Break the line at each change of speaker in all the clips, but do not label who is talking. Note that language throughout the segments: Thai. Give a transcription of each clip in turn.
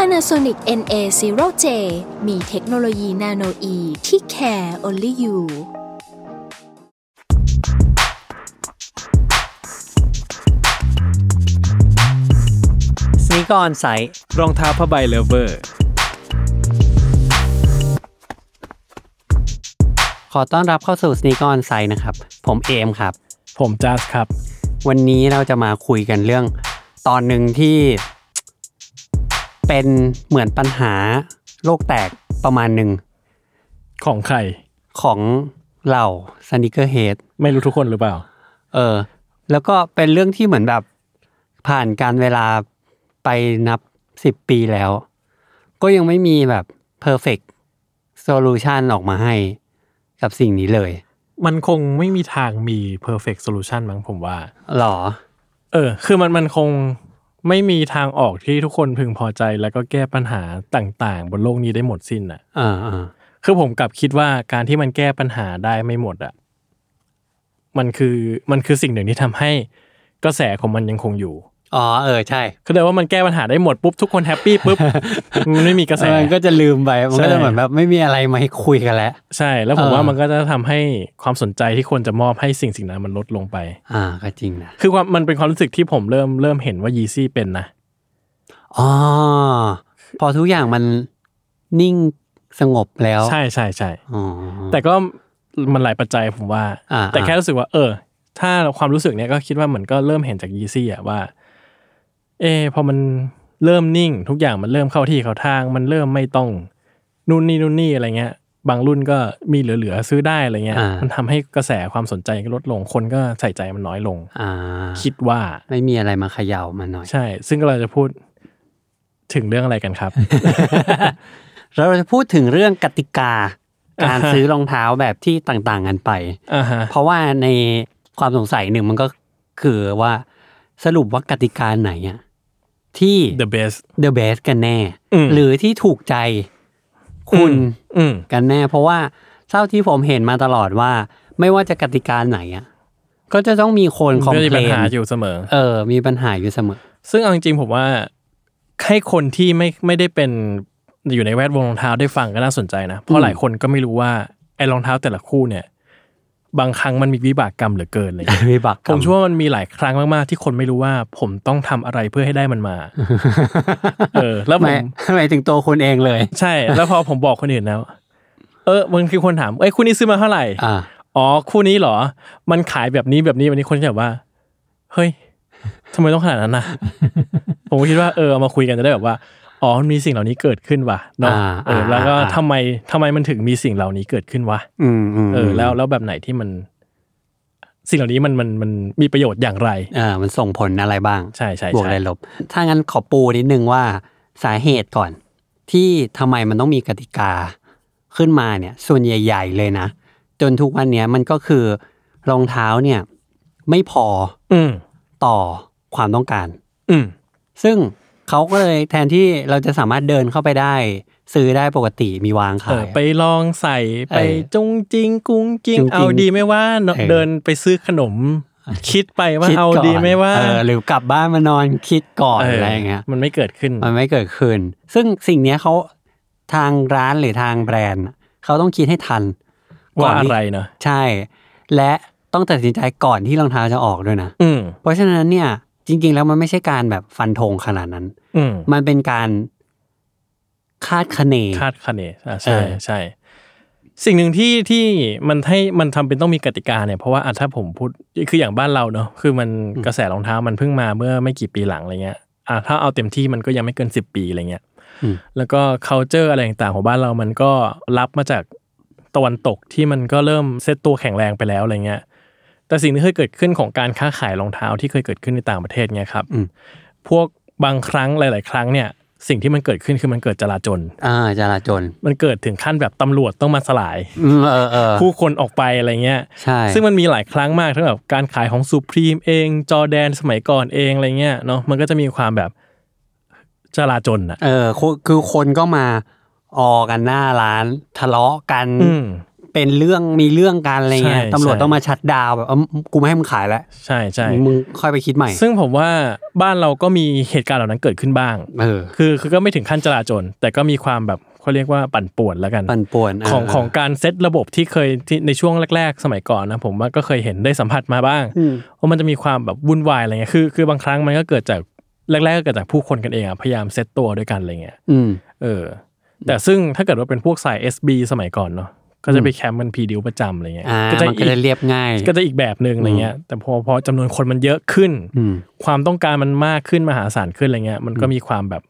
Panasonic NA0J มีเทคโนโลยีนาโนอีที่ care only you
สนิกออนไซต์
รองเท้าผ้าใบเลเวอร์
ขอต้อนรับเข้าสู่สนิกออนไซต์นะครับ ผมเอมครับ
ผมจัสครับ
วันนี้เราจะมาคุยกันเรื่อง ตอนหนึ่งที่ เป็นเหมือนปัญหาโลกแตกประมาณหนึ่ง
ของใคร
ของเหล่าสนิเกอร์เฮด
ไม่รู้ทุกคนหรือเปล่า
เออ แล้วก็เป็นเรื่องที่เหมือนแบบ ผ่านการเวลาไปนับสิบปีแล้ว ก็ยังไม่มีแบบ perfect solution ออกมาให้ กับสิ่งนี้เลย
มันคงไม่มีทางมี perfect solution มั้งผมว่า
หรอ
เออ คือมันมันคงไม่มีทางออกที่ทุกคนพึงพอใจแล้วก็แก้ปัญหาต่างๆ บนโลกนี้ได้หมดสิ้นอ่ะ
อ่าอ่า
คือผมกลับคิดว่าการที่มันแก้ปัญหาได้ไม่หมดอ่ะ มันคือมันคือสิ่งหนึ่งที่ทำให้กระแสของมันยังคงอยู่
อ๋อเออใช่
คือแต่ว่ามันแก้ปัญหาได้หมดปุ๊บทุกคนแฮปปี้ปุ๊ บ มันไม่มีกระแส
เออมันก็จะลืมไป มันก็
ใช่
จะเหมือนแบบไม่มีอะไรมาให้คุยกันแล้ว
ใช่ แล้วผม
เออ
ว่ามันก็จะทำให้ความสนใจที่คนจะมอบให้สิ่งสิ่งนั้นมันลดลงไป
อ่าก็จริงนะ
คือความมันเป็นความรู้สึกที่ผมเริ่มเริ่มเห็นว่ายีซี่เป็นนะ
อ๋อ พอทุกอย่างมันนิ่งสงบแล้ว
ใช่ใช่ใช่
อ๋อ
แต่ก็มันหลายปัจจัยผมว่า
อ่า
แต่แค่รู้สึกว่า เออ ถ้าความรู้สึกเนี้ยก็คิดว่าเหมือนก็เริ่มเห็นจากยีซี่อะว่า เออพอมันเริ่มนิ่ง ทุกอย่างมันเริ่มเข้าที่เข้าทาง มันเริ่มไม่ต้องนู่นนี่นู่นนี่อะไรเงี้ย บางรุ่นก็มีเหลือๆซื้อได้อะไรเงี้ย
อ่ามั
มันทำให้กระแสความสนใจก็ลดลง คนก็ใส่ใจมันน้อยลง
อ่า
คิดว่า
ไม่มีอะไรมาเขย่ามาหน่อย
ใช่ ซึ่งเราจะพูดถึงเรื่องอะไรกันครับ
แล้ว เราจะพูดถึงเรื่องกติกา การ
อ่าฮะ
ซื้อรองเท้าแบบที่ต่างๆกันไป
อ่าฮะ
เพราะว่าในความสงสัยหนึ่งมันก็คือว่าสรุปว่ากติกาไหนอะที่
the best
the best กันแน่
อืม
หรือที่ถูกใจคุณ
อืม
กันแน่ เพราะว่าเท่าที่ผมเห็นมาตลอดว่า ไม่ว่าจะกติกาไหนอ่ะก็จะต้องมีคนคอม
ก็จะมี
เพล
ปัญ
น
หาอยู่เสมอ
เออ มีปัญหาอยู่เสมอ
ซึ่งเอาจริงๆผมว่าให้คนที่ไม่ไม่ได้เป็นอยู่ในแวดวงรองเท้าได้ฟังก็น่าสนใจนะ เพ
อื
ราะ
ม
หลายคนก็ไม่รู้ว่าไอ้รองเท้าแต่ละคู่เนี่ย บางครั้งมันมีวิบากกรรมเหลือเกินอะไรอย่างเลย
วิบากก
ผ
รร
มเชื่อว่ามันมีหลายครั้งมากๆ ที่คนไม่รู้ว่า ผมต้องทำอะไรเพื่อให้ได้มันมา เออ แล้วผ
หมาย
ม
หมายถึงตัวคุณเองเลย
ใช่ แล้วพอผมบอกคนอื่นแล้ว เออมันคือคนถาม เอ้ยคู่นี้ซื้อมาเท่าไหร่
อ่า
อ๋อ คู่นี้เหรอ มันขายแบบนี้แบบนี้แบบนี้คนจะแบบว่า เฮ้ยทำไมต้องขนาดนั้นนะ ผมก็คิดว่าเออเอามาคุยกันจะได้แบบว่า อ๋อมันมีสิ่งเหล่านี้เกิดขึ้นว่ะเนาะ
อ่า
เออ แล้วก็
อ่าอ่า
ทำไมทำไมมันถึงมีสิ่งเหล่านี้เกิดขึ้นวะ
อืมม
เออ แล้วแล้วแบบไหนที่มัน สิ่งเหล่านี้มันมันมันมีประโยชน์อย่างไร
เออมันส่งผลอะไรบ้าง
ใช่ใช่
บวก
ใช่
และลบ ถ้างั้นขอปูนิดนึงว่าสาเหตุก่อน ที่ทำไมมันต้องมีกติกาขึ้นมาเนี่ย ส่วนใหญ่ ๆ เลยนะ จนทุกวันเนี้ยมันก็คือรองเท้าเนี่ย ไม่พอ
อืม
ต่อความต้องการ
อืม
ซึ่งเขาก็เลยแทนที่เราจะสามารถเดินเข้าไปได้ ซื้อได้ปกติมีวาง
เอ
ขา
อย ไปลองใส่ไป
เออ
จุงจิงกุ้งจิง
จุงจิง
เอาดีไหม่ว่าเนอะ
เออ
เดินไปซื้อขนม คิดไปว่า
คิ
เอา
ก่น
ดีไหม่ว่า
เออหรือกลับบ้านมานอนคิดก่อน
เ
อะไรอย่างเงี้ย
มันไม่เกิดขึ้น
มันไม่เกิดขึ้น ซึ่งสิ่งเนี้ยเขาทางร้านหรือทางแบรนด์อะเขาต้องคิดให้ทัน
ว่าอะ
ที่
ไรเนอะ
ใช่ และต้องตัดสินใจก่อนที่รองเท้าจะออกด้วยนะ
อืม
เพราะฉะนั้นเนี่ยจริง ๆ แล้วมันไม่ใช่การแบบฟันธงขนาดนั้น
อืม
มันเป็นการคาดคะเน
คาดคะเนอ่ะ
เอ
ใช่
อ
ใช่ สิ่งหนึ่งที่ที่มันให้มันทำเป็นต้องมีกติกาเนี่ยเพราะว่าอ่ะถ้าผมพูดคืออย่างบ้านเราเนอะคือมันกระแสรองเท้ามันเพิ่งมาเมื่อไม่กี่ปีหลังอะไรเงี้ยอ่ะถ้าเอาเต็มที่มันก็ยังไม่เกินสิบปีอะไรเงี้ย
อืม
แล้วก็ culture อะไรต่างๆของบ้านเรามันก็รับมาจากตะวันตกที่มันก็เริ่มเซตตัวแข็งแรงไปแล้วอะไรเงี้ย แต่สิ่งที่เคยเกิดขึ้นของการค้าขายรองเท้าที่เคยเกิดขึ้นในต่างประเทศเนี่ยครับ
อืม
พวกบางครั้งหลาย ๆ ครั้งเนี่ย สิ่งที่มันเกิดขึ้นคือมันเกิดจลาจล
อ่าจราจร
มันเกิดถึงขั้นแบบตำรวจต้องมาสลาย
อืมเออเออ
ผู้คนออกไปอะไรเงี้ย
ใช่
ซึ่งมันมีหลายครั้งมากทั้งแบบการขายของซูพรีมเอง จอแดนสมัยก่อนเองอะไรเงี้ยเนาะมันก็จะมีความแบบจลาจลอ่ะ
เออคือคือคนก็มาออกันหน้าร้านทะเลาะกัน
อืม
เป็นเรื่องมีเรื่องกันอะไรเงี้ย
ใช่
ตำรวจ
ใช่
ต้องมาชัดดาวน์แบบเออกูไม่ให้มึงขายแล้ว
ใช่ใช่
มึงค่อยไปคิดใหม่
ซึ่งผมว่าบ้านเราก็มีเหตุการณ์เหล่านั้นเกิดขึ้นบ้าง
เออ
คือคือก็ไม่ถึงขั้นจลาจล แต่ก็มีความแบบเขาเรียกว่าปั่นป่วนแล้วกัน
ปั่นป่วนเ
ของของการเซตระบบที่เคยที่ในช่วงแรก ๆ สมัยก่อนนะผมว่าก็เคยเห็นได้สัมผัสมาบ้าง
อืม
ว่ามันจะมีความแบบวุ่นวายอะไรเงี้ยคือคือบางครั้งมันก็เกิดจากแรกๆก็เกิดจากผู้คนกันเองอะพยายามเซตตัวด้วยกันอะไรเงี้ย
อืม
เออ แต่ซึ่งถ้าเกิดว่าเป็นพวกสาย SB สมัยก่อนเนาะก็จะไปแคมป์มันพีดิวประจำอะไรเงี้ย
อ่า
ก็จะ
มันก็
อี
จะ
ก
เรียบง่าย
ก็จะอีกแบบหนึ่งอะไรเงี้ยแต่พอพอจำนวนคนมันเยอะขึ้น
อืม
ความต้องการมันมากขึ้นมหาศาลขึ้นอะไรเงี้ยมันก็มีความแบบ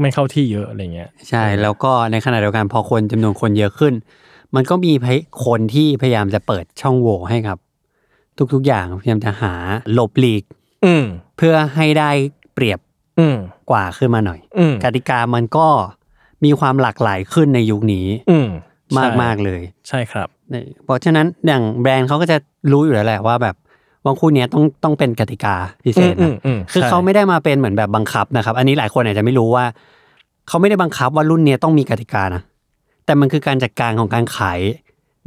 ไม่เข้าที่เยอะอะไรเงี้ย
ใช่ แล้วก็ในขณะเดียวกันพอคนจำนวนคนเยอะขึ้น มันก็มีพยคนที่พยายามจะเปิดช่องโหว่ให้กับ ทุกๆอย่างพยายามจะหาหลบหลีก
อืม
เพื่อให้ได้เปรียบ
อืม
กว่าขึ้นมาหน่อย
อืม
กติกามันก็มีความหลากหลายขึ้นในยุคนี้
อืม
มาก
ใช่
มากเลย
ใช่ครับ
เนี่ยเพราะฉะนั้นอย่างแบรนด์เขาก็จะรู้อยู่แล้วแหละว่าแบบว่าคู่เนี้ยต้องต้องเป็นกติกาพิเศษนะ คือเขาไม่ได้มาเป็นเหมือนแบบบังคับนะครับ อันนี้หลายคนอาจจะไม่รู้ว่า เขาไม่ได้บังคับว่ารุ่นเนี้ยต้องมีกติกานะ แต่มันคือการจัดการของการขาย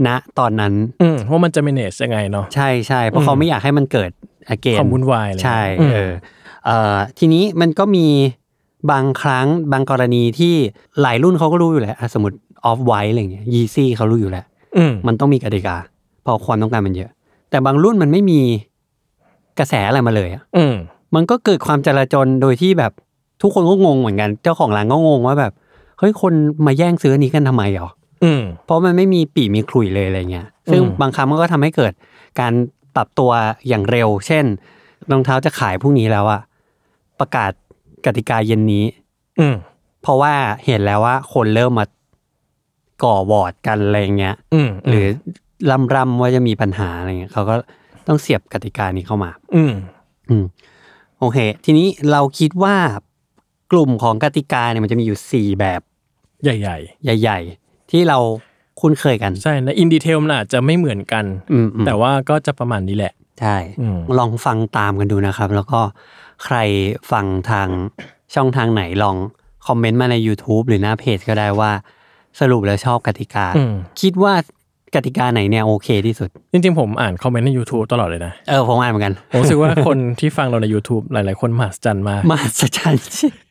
ณตอนนั้น
อืมว่ามันจะ manage ยังไงเนาะ
ใช่ใช่เพราะเขา
อืม
ไม่อยากให้มันเกิดอาเกน
ความวุ่นวายอะไร
ใช่
อืม
เออเอ่อทีนี้มันก็มีบางครั้งบางกรณีที่หลายรุ่นเขาก็รู้อยู่แล้วอ่ะสมมติออฟไวท์อะไรเงี้ยยีซี่เขารู้อยู่แล้ว
อืม
มันต้องมีกติกาเพราะความต้องการมันเยอะ แต่บางรุ่นมันไม่มีกระแสอะไรมาเลยอะ
อืม
มันก็เกิดความจลาจลโดยที่แบบทุกคนก็งงเหมือนกัน เจ้าของร้านก็งงว่าแบบเฮ้ยคนมาแย่งซื้ออันนี้กันทำไมหรอ
อืม
เพราะมันไม่มีปีมีขลุ่ยเลยอะไรเงี้ยซึ่ง
อืม
บางครั้งมันก็ทำให้เกิดการปรับตัวอย่างเร็ว เช่นรองเท้าจะขายพรุ่งนี้แล้วอะประกาศกติกาเย็นนี้
อืม
เพราะว่าเห็นแล้วว่าคนเริ่มมาก่อวอร์ดกันอะไรเงี้ย
อืม
หรือรำรำๆว่าจะมีปัญหาอะไรเงี้ยเขาก็ต้องเสียบกติกานี้เข้ามา
อืม
อืมโอเค ทีนี้เราคิดว่ากลุ่มของกติกาเนี่ยมันจะมีอยู่ 4 แบบ
ใหญ่
ใหญ่ ๆ ที่เราคุ้นเคยกัน
ๆ ใช่และอินดีเทลมันอาจจะไม่เหมือนกัน
อืมอืม
แต่ว่าก็จะประมาณนี้แหละ
ใช่
อืม
ลองฟังตามกันดูนะครับ แล้วก็ใครฟังทางช่องทางไหนลองคอมเมนต์มาใน YouTube หรือหน้าเพจก็ได้ว่า สรุปแล้วชอบกติกา
อืม
คิดว่ากติกาไหนเนี่ยโอเคที่สุด
จริงๆ ผมอ่านคอมเมนต์ใน YouTube ตลอดเลยนะ
เออผมอ่านเหมือนกัน
ผมรู้สึกว่า คนที่ฟังเราใน YouTube หลายๆ คนมหัศจรรย์ม าก
มหัศจรรย์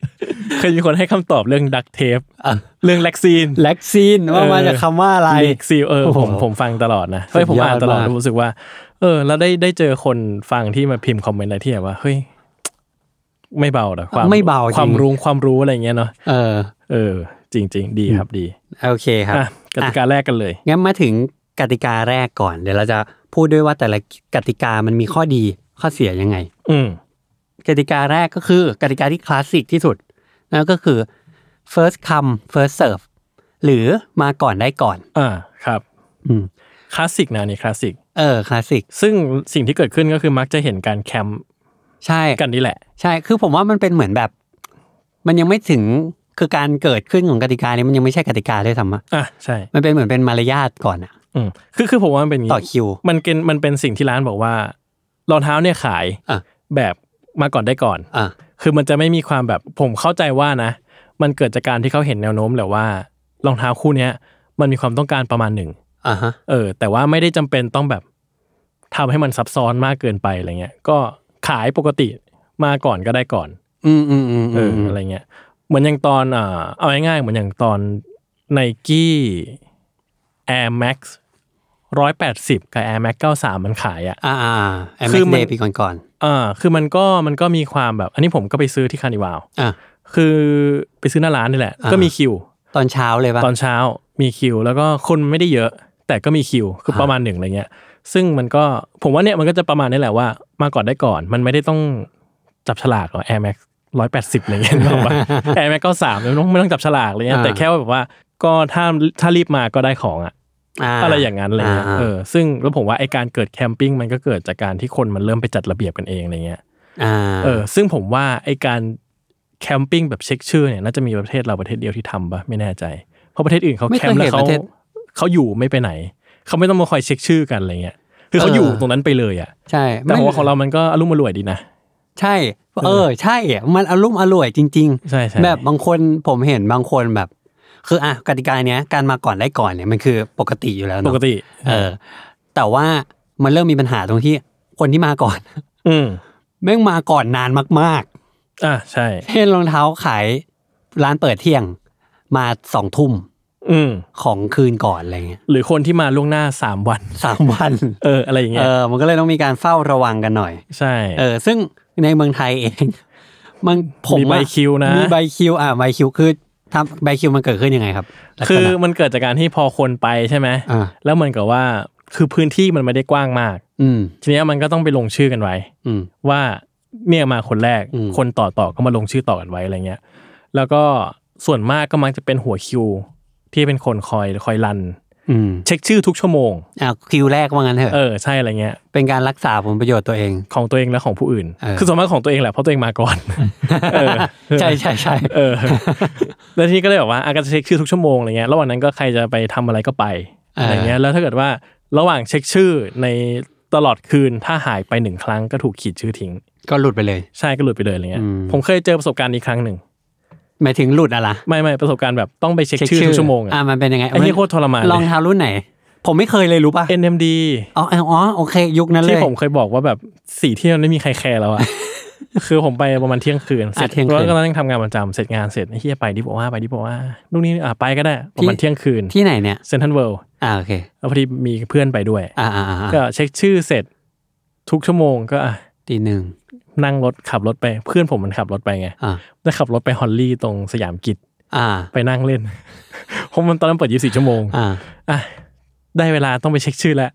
เคยมีคนให้คำตอบเรื่องดักเทป
อ่ะ
เรื่องแล็กซีน
แล็กซีนว่ามาจากคำว่าอะไร
ลีกซีลเออ
โอ้โห
ผมผมฟังตลอดนะ
สุดยอด
เฮ้ยผมอ่านตลอด
มาก
รู้สึกว่า เออ แล้วได้ได้เจอคนฟังที่มาพิมพ์คอมเมนต์อะไรที่แบบว่า เฮ้ย ไม่เบาหรอความ
ไม่เบาจริง
ความรู้ความรู้อะไรเงี้ยเนาะ
เออ
เออ จริง ๆ ดีครับดี
โอเคครับ
อ่ะกติกาแรกกันเลย
งั้นมาถึงกติกาแรกก่อน เดี๋ยวเราจะพูดด้วยว่าแต่ละกติกามันมีข้อดีข้อเสียยังไง
อืม
กติกาแรกก็คือกติกาที่คลาสสิกที่สุดนั่นก็คือ first come first serve หรือมาก่อนได้ก่อน
อ่าครับ
อืม
คลาสสิกนะอันนี่คลาสสิก
เออคลาสสิก
ซึ่งสิ่งที่เกิดขึ้นก็คือมักจะเห็นการแคมป์
ใช่
กันนี่แหละ
ใช่คือผมว่ามันเป็นเหมือนแบบ มันยังไม่ถึงคือการเกิดขึ้นของกติกานี้มันยังไม่ใช่กติกาด้วยซ้ำอะ
อ่ะใช่
มันเป็นเหมือนเป็นมารยาทก่อนอะ
อืมคือคือผมว่ามันเป็นอย่าง
ต่อ
งี้
คิว
มันเป็นมันเป็นสิ่งที่ร้านบอกว่ารองเท้าเนี่ยขาย
อ่ะ
แบบมาก่อนได้ก่อน
อ่ะ
คือมันจะไม่มีความแบบผมเข้าใจว่านะ มันเกิดจากการที่เขาเห็นแนวโน้มแหละว่ารองเท้าคู่เนี้ย มันมีความต้องการประมาณหนึ่ง
อ่ะฮะ
เออ แต่ว่าไม่ได้จำเป็นต้องแบบทำให้มันซับซ้อนมากเกินไปอะไรเงี้ย ก็ขายปกติมาก่อนก็ได้ก่อน
อืมอืมอืม
เอ
อื
อ
ม
ออะไรเงี้ย เหมือนอย่างตอนเอ่อเอาง่ายๆเหมือนอย่างตอนไนกี้ Air Max ร้อยแปดสิบกับ Air Max เก้าสามมันขายอะ
อ่าอ่าแอม
คื
เอ็
อกมั
เด
น
ย์ปีก่อนก่อน
อ่าคือมันก็มันก็มีความแบบ อันนี้ผมก็ไปซื้อที่คานิวาว
ๆอ่ะ
คือไปซื้อหน้าร้านนี่แหละ
อ่า
ก็มีคิว
ตอนเช้าเลยปะ
ตอนเช้ามีคิว แล้วก็คนไม่ได้เยอะ แต่ก็มีคิวคือประมาณหนึ่งอะไรเงี้ย ซึ่งมันก็ผมว่าเนี่ยมันก็จะประมาณนี้แหละว่า มาก่อนได้ก่อน มันไม่ได้ต้องจับฉลากหรอ Air Max ร้อยแปดสิบอะไรเงี้ยหรอกว่า Air Max ก็สามไม่ต้องไม่ต้องจับฉลากอะไรเงี้ย
อ่า
แต่แค่ว่าแบบว่าก็ถ้าถ้ารีบมาก็ได้ของอะอะไรอย่างนั้นอะไรเงี้ย
า
เออซึ่งแล้วผมว่าไอการเกิดแคมปิ้งมันก็เกิดจากการที่คนมันเริ่มไปจัดระเบียบกันเองอะไรเงี้ย
อ่า
เออซึ่งผมว่าไอการแ แคมปิ้งแบบเช็คชื่อเนี่ยน่าจะมีประเทศเราประเทศเดียวที่ทำปะไม่แน่ใจ เพราะประเทศอื่นเขา
ไม่
แค
เคย
มป์แล้ว
เห็น
เขา
ประเทศ
เขาอยู่ไม่ไปไหน เขาไม่ต้องมาคอยเช็คชื่อกันอะไรเงี้ยคือเขา
เออ
อ
อ
ยู่ตรงนั้นไปเลยอ่ะ
ใช่
แต่
ไม่
ว่าของเรามันก็อารมณ์รวยดีนะ
ใช่ เออ ใช่อะมันอารมณ์อร่วยจริง ๆ
ใช่ใช่
แบบบางคนผมเห็นบางคนแบบ คืออ่ะกติกาเนี้ยการมาก่อนได้ก่อนเนี่ยมันคือปกติอยู่แล้ว
ป
เนาะ
กติ
เออ แต่ว่ามันเริ่มมีปัญหาตรงที่คนที่มาก่อน
อืม
แม่งมาก่อนนานมาก
อ่ะใช่
ๆเช่นรองเท้าขายร้านเปิดเที่ยงมาสองทุ่ม
อืม
ของคืนก่อนอะไรเงี้ย
หรือคนที่มาล่วงหน้าสามวัน
สามวัน
เอออะไรอย่างเงี้
เอย อมันก็เลยต้องมีการเฝ้าระวังกันหน่อย
ใช่
เออ ซึ่งในเมืองไทยเอง มันผม
มีใบ
อะ
คิวนะ
มีใบคิวอ่ะใบคิวคือทำใบคิวมันเกิดขึ้นยังไงครับลักษณะ
คือมันเกิดจากการที่พอคนไปใช่ไหม
อ่า
แล้วเหมือนกับว่าคือพื้นที่มันไม่ได้กว้างมาก
อืม
ทีเนี้ยมันก็ต้องไปลงชื่อกันไว้
อืม
ว่าเนี่ยมาคนแรก
อืม
คนต่อต่อก็มาลงชื่อต่อกันไว้อะไรเงี้ย แล้วก็ส่วนมากก็มักจะเป็นหัวคิว ที่เป็นคนคอยคอยรัน
อืม
เช็คชื่อทุกชั่วโมง
อ่ะคิวแรกว่างั้นเถ
เอ
อะ
อใช่อะไรเงี้ย
เป็นการรักษาผลประโยชน์ตัวเอง
ของตัวเองและของผู้อื่น
เออ
คือส่วนมากของตัวเองแหละเพราะตัวเองมาก่อน เออ
ใช่ใช่ใช่
เออ แล้วทีนี้ก็เลยแบบว่าอาก็จะเช็คชื่อทุกชั่วโมงอะไรเงี้ย ระหว่างนั้นก็ใครจะไปทำอะไรก็ไปอะไรเงี้ย แล้วถ้าเกิดว่าระหว่างเช็คชื่อในตลอดคืนถ้าหายไปหนึ่งครั้งก็ถูกขีดชื่อทิ้ง
ก็หลุดไปเลย
ใช่ก็หลุดไปเลยอะไรเงี้ย
อืม
ผมเคยเจอประสบการณ์นี้ครั้งหนึ่ง
หมายถึงหลุดอะไรล่ะ
ไม่ไม่ประสบการณ์แบบต้องไปเช็คชื่อทุกชั่วโมง
อ่ะ
อะ
มันเป็นยังไง
ไอ้เหี้ยโคตรทรมานเลย
รองเท้ารุ่นไหน ผมไม่เคยเลยรู้ป่ะ
NMD
อ๋ออ๋อโอเค ยุคนั้นเล
ที่
ย
ผมเคยบอกว่าแบบสี่เที่ยวไม่มีใครแคร์แล้วอะ คือผมไปประมาณเที่ยงคืน เสร็จ
อ่ะเที่ยงคืน
แล้วก็นั่งทำงานประจำเสร็จงานเสร็จไอ้เฮียไปดิบอกว่าไปดิบอกว่านู่นนี่อ่ะไปก็ได้ประมาณเที่ยงคืน
ที่ไหนเนี่ย
เซนทันเวิลด์
อ่าโอเค
แล้วพอดีมีเพื่อนไปด้วย
อ่าอ่าอ่า
ก็เช็คชื่อเสร็จทุกชั่วโมงก็อ่ะ
ตีหนึ่ง
นั่งรถขับรถไปเพื่อนผมมันขับรถไปไง
อ่า
ได้ขับรถไปฮอลลี่ตรงสยามกิจ
อ่า
ไปนั่งเล่น เพราะมันตอนนั้นเปิด 24 ชั่วโมง
อ่า
อ่ะได้เวลาต้องไปเช็คชื่อแล้ว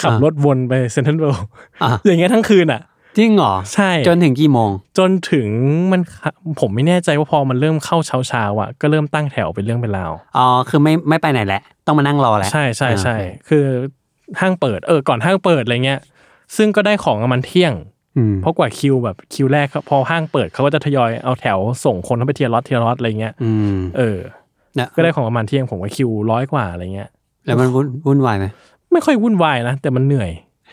ขับ
อ่ะ
รถวนไปเซ็นทรัลเวิลด์
อ่า
อย่างเงี้ยทั้งคืนอ่ะ
จริงเหรอ
ใช่
จนถึงกี่โมง
จนถึงมันค่ะผมไม่แน่ใจว่าพอมันเริ่มเข้าเช้าเช้าๆอ่ะก็เริ่มตั้งแถวเป็นเรื่องเป็นราว
อ๋อคือไม่ไม่ไปไหนแหละ ต้องมานั่งรอแหละ
ใช่ใช่ใช่
อ่า
คือห้างเปิดเออก่อนห้างเปิดอะไรเงี้ย ซึ่งก็ได้ของประมันเที่ยง
อืม
เพราะกว่าคิวแบบคิวแรกเขาพอห้างเปิดเขาก็จะทยอยเอาแถวส่งคนเข้าไปเทียร์ล็อตเทียร์ล็อตอะไรเงี้ย
อืม
เออ
เนี่ย
ก็ได้ของประมาณเที่ยงผมก็คิวร้อยกว่าอะไรเงี้ย
แล้วมันวุ่นวุ่นวายไหม
ไม่ค่อยวุ่นวายนะ แต่มันเหนื่อย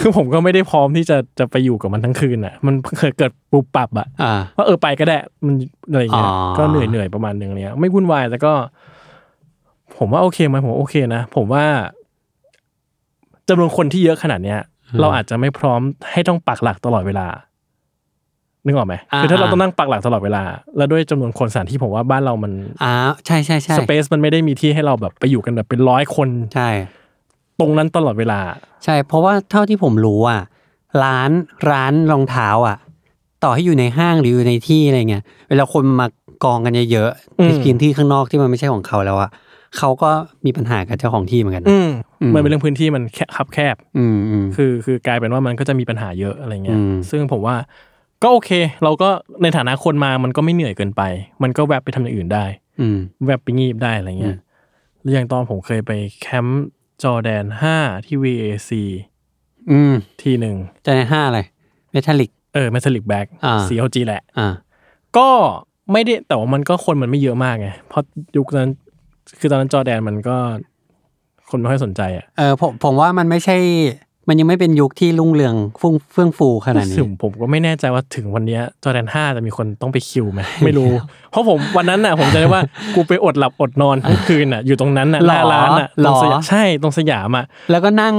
คือผมก็ไม่ได้พร้อมที่จะจะไปอยู่กับมันทั้งคืนอ่ะ มันเกิดเกิดปุบปับอ่ะ
อ่า
ว่าเออไปก็ได้มันอะไรเงี้ย
อ๋อ
ก็เหนื่อยเหนื่อยๆประมาณนึงเนี้ยไม่วุ่นวายแต่ก็ ผมว่าโอเคไหมผมว่าโอเคนะผมว่าจำนวนคนที่เยอะขนาดเนี้ย เราอาจจะไม่พร้อมให้ต้องปักหลักตลอดเวลา นึกออกไหม
อ่า
คือถ้าเรา
อ่า
ต้องนั่งปักหลักตลอดเวลา แล้วด้วยจำนวนคนสถานที่ผมว่าบ้านเรามัน
อ่าใช่ใช่ใช่
สเปซมันไม่ได้มีที่ให้เราแบบไปอยู่กันแบบเป็นร้อยคน
ใช่
ตรงนั้นตลอดเวลา
ใช่ เพราะว่าเท่าที่ผมรู้อ่ะร้านร้านรองเท้าอ่ะ ต่อให้อยู่ในห้างหรืออยู่ในที่อะไรเงี้ยเวลาคนมากองกันเยอะ
อืม
ๆในพื้นที่ข้างนอกที่มันไม่ใช่ของเขาแล้วอ่ะเขาก็มีปัญหากับเจ้าของที่เหมือนกันนะ
อืม
อืม
มันเป็นเรื่องพื้นที่มันแคบคับแคบ
อืมอืม
คือ คือกลายเป็นว่ามันก็จะมีปัญหาเยอะอะไรเงี้ย
อืม
ซึ่งผมว่าก็โอเค เราก็ในฐานะคนมามันก็ไม่เหนื่อยเกินไป มันก็แวบไปทำอย่างอื่นได้
อืม
แวบไปงีบได้อะไรเงี้ยหรืออย่างตอนผมเคยไปแคมป์จอร์แดนห้าที่ VAC
อืม
ที่หนึ่ง
จะในห้าอะไรเมทัลลิก
เออ Metallic Black
อ่า
CLG แหละ
อ่า
ก็ไม่ได้แต่ว่ามันก็คนมันไม่เยอะมากไงเพราะยุคนั้น คือตอนนั้นจอร์แดนมันก็คนไม่ค่อยสนใจอ่ะ
เออผมผมว่ามันไม่ใช่ มันยังไม่เป็นยุคที่รุ่งเรืองฟุ่งเฟื่องฟูขนาดนี้
ถึงผมก็ไม่แน่ใจว่าถึงวันเนี้ยจอร์แดนห้าจะมีคนต้องไปคิว ไหมไม่รู้ เพราะผมวันนั้นน่ะ ผมจะได้ว่า กูไปอดหลับอดนอนทั้งคืนน่ะอยู่ตรงนั้นน่ะหน้าร้านน่ะตรงสยามใช่ตรงสยามอ่ะ
แล้วก็นั่ง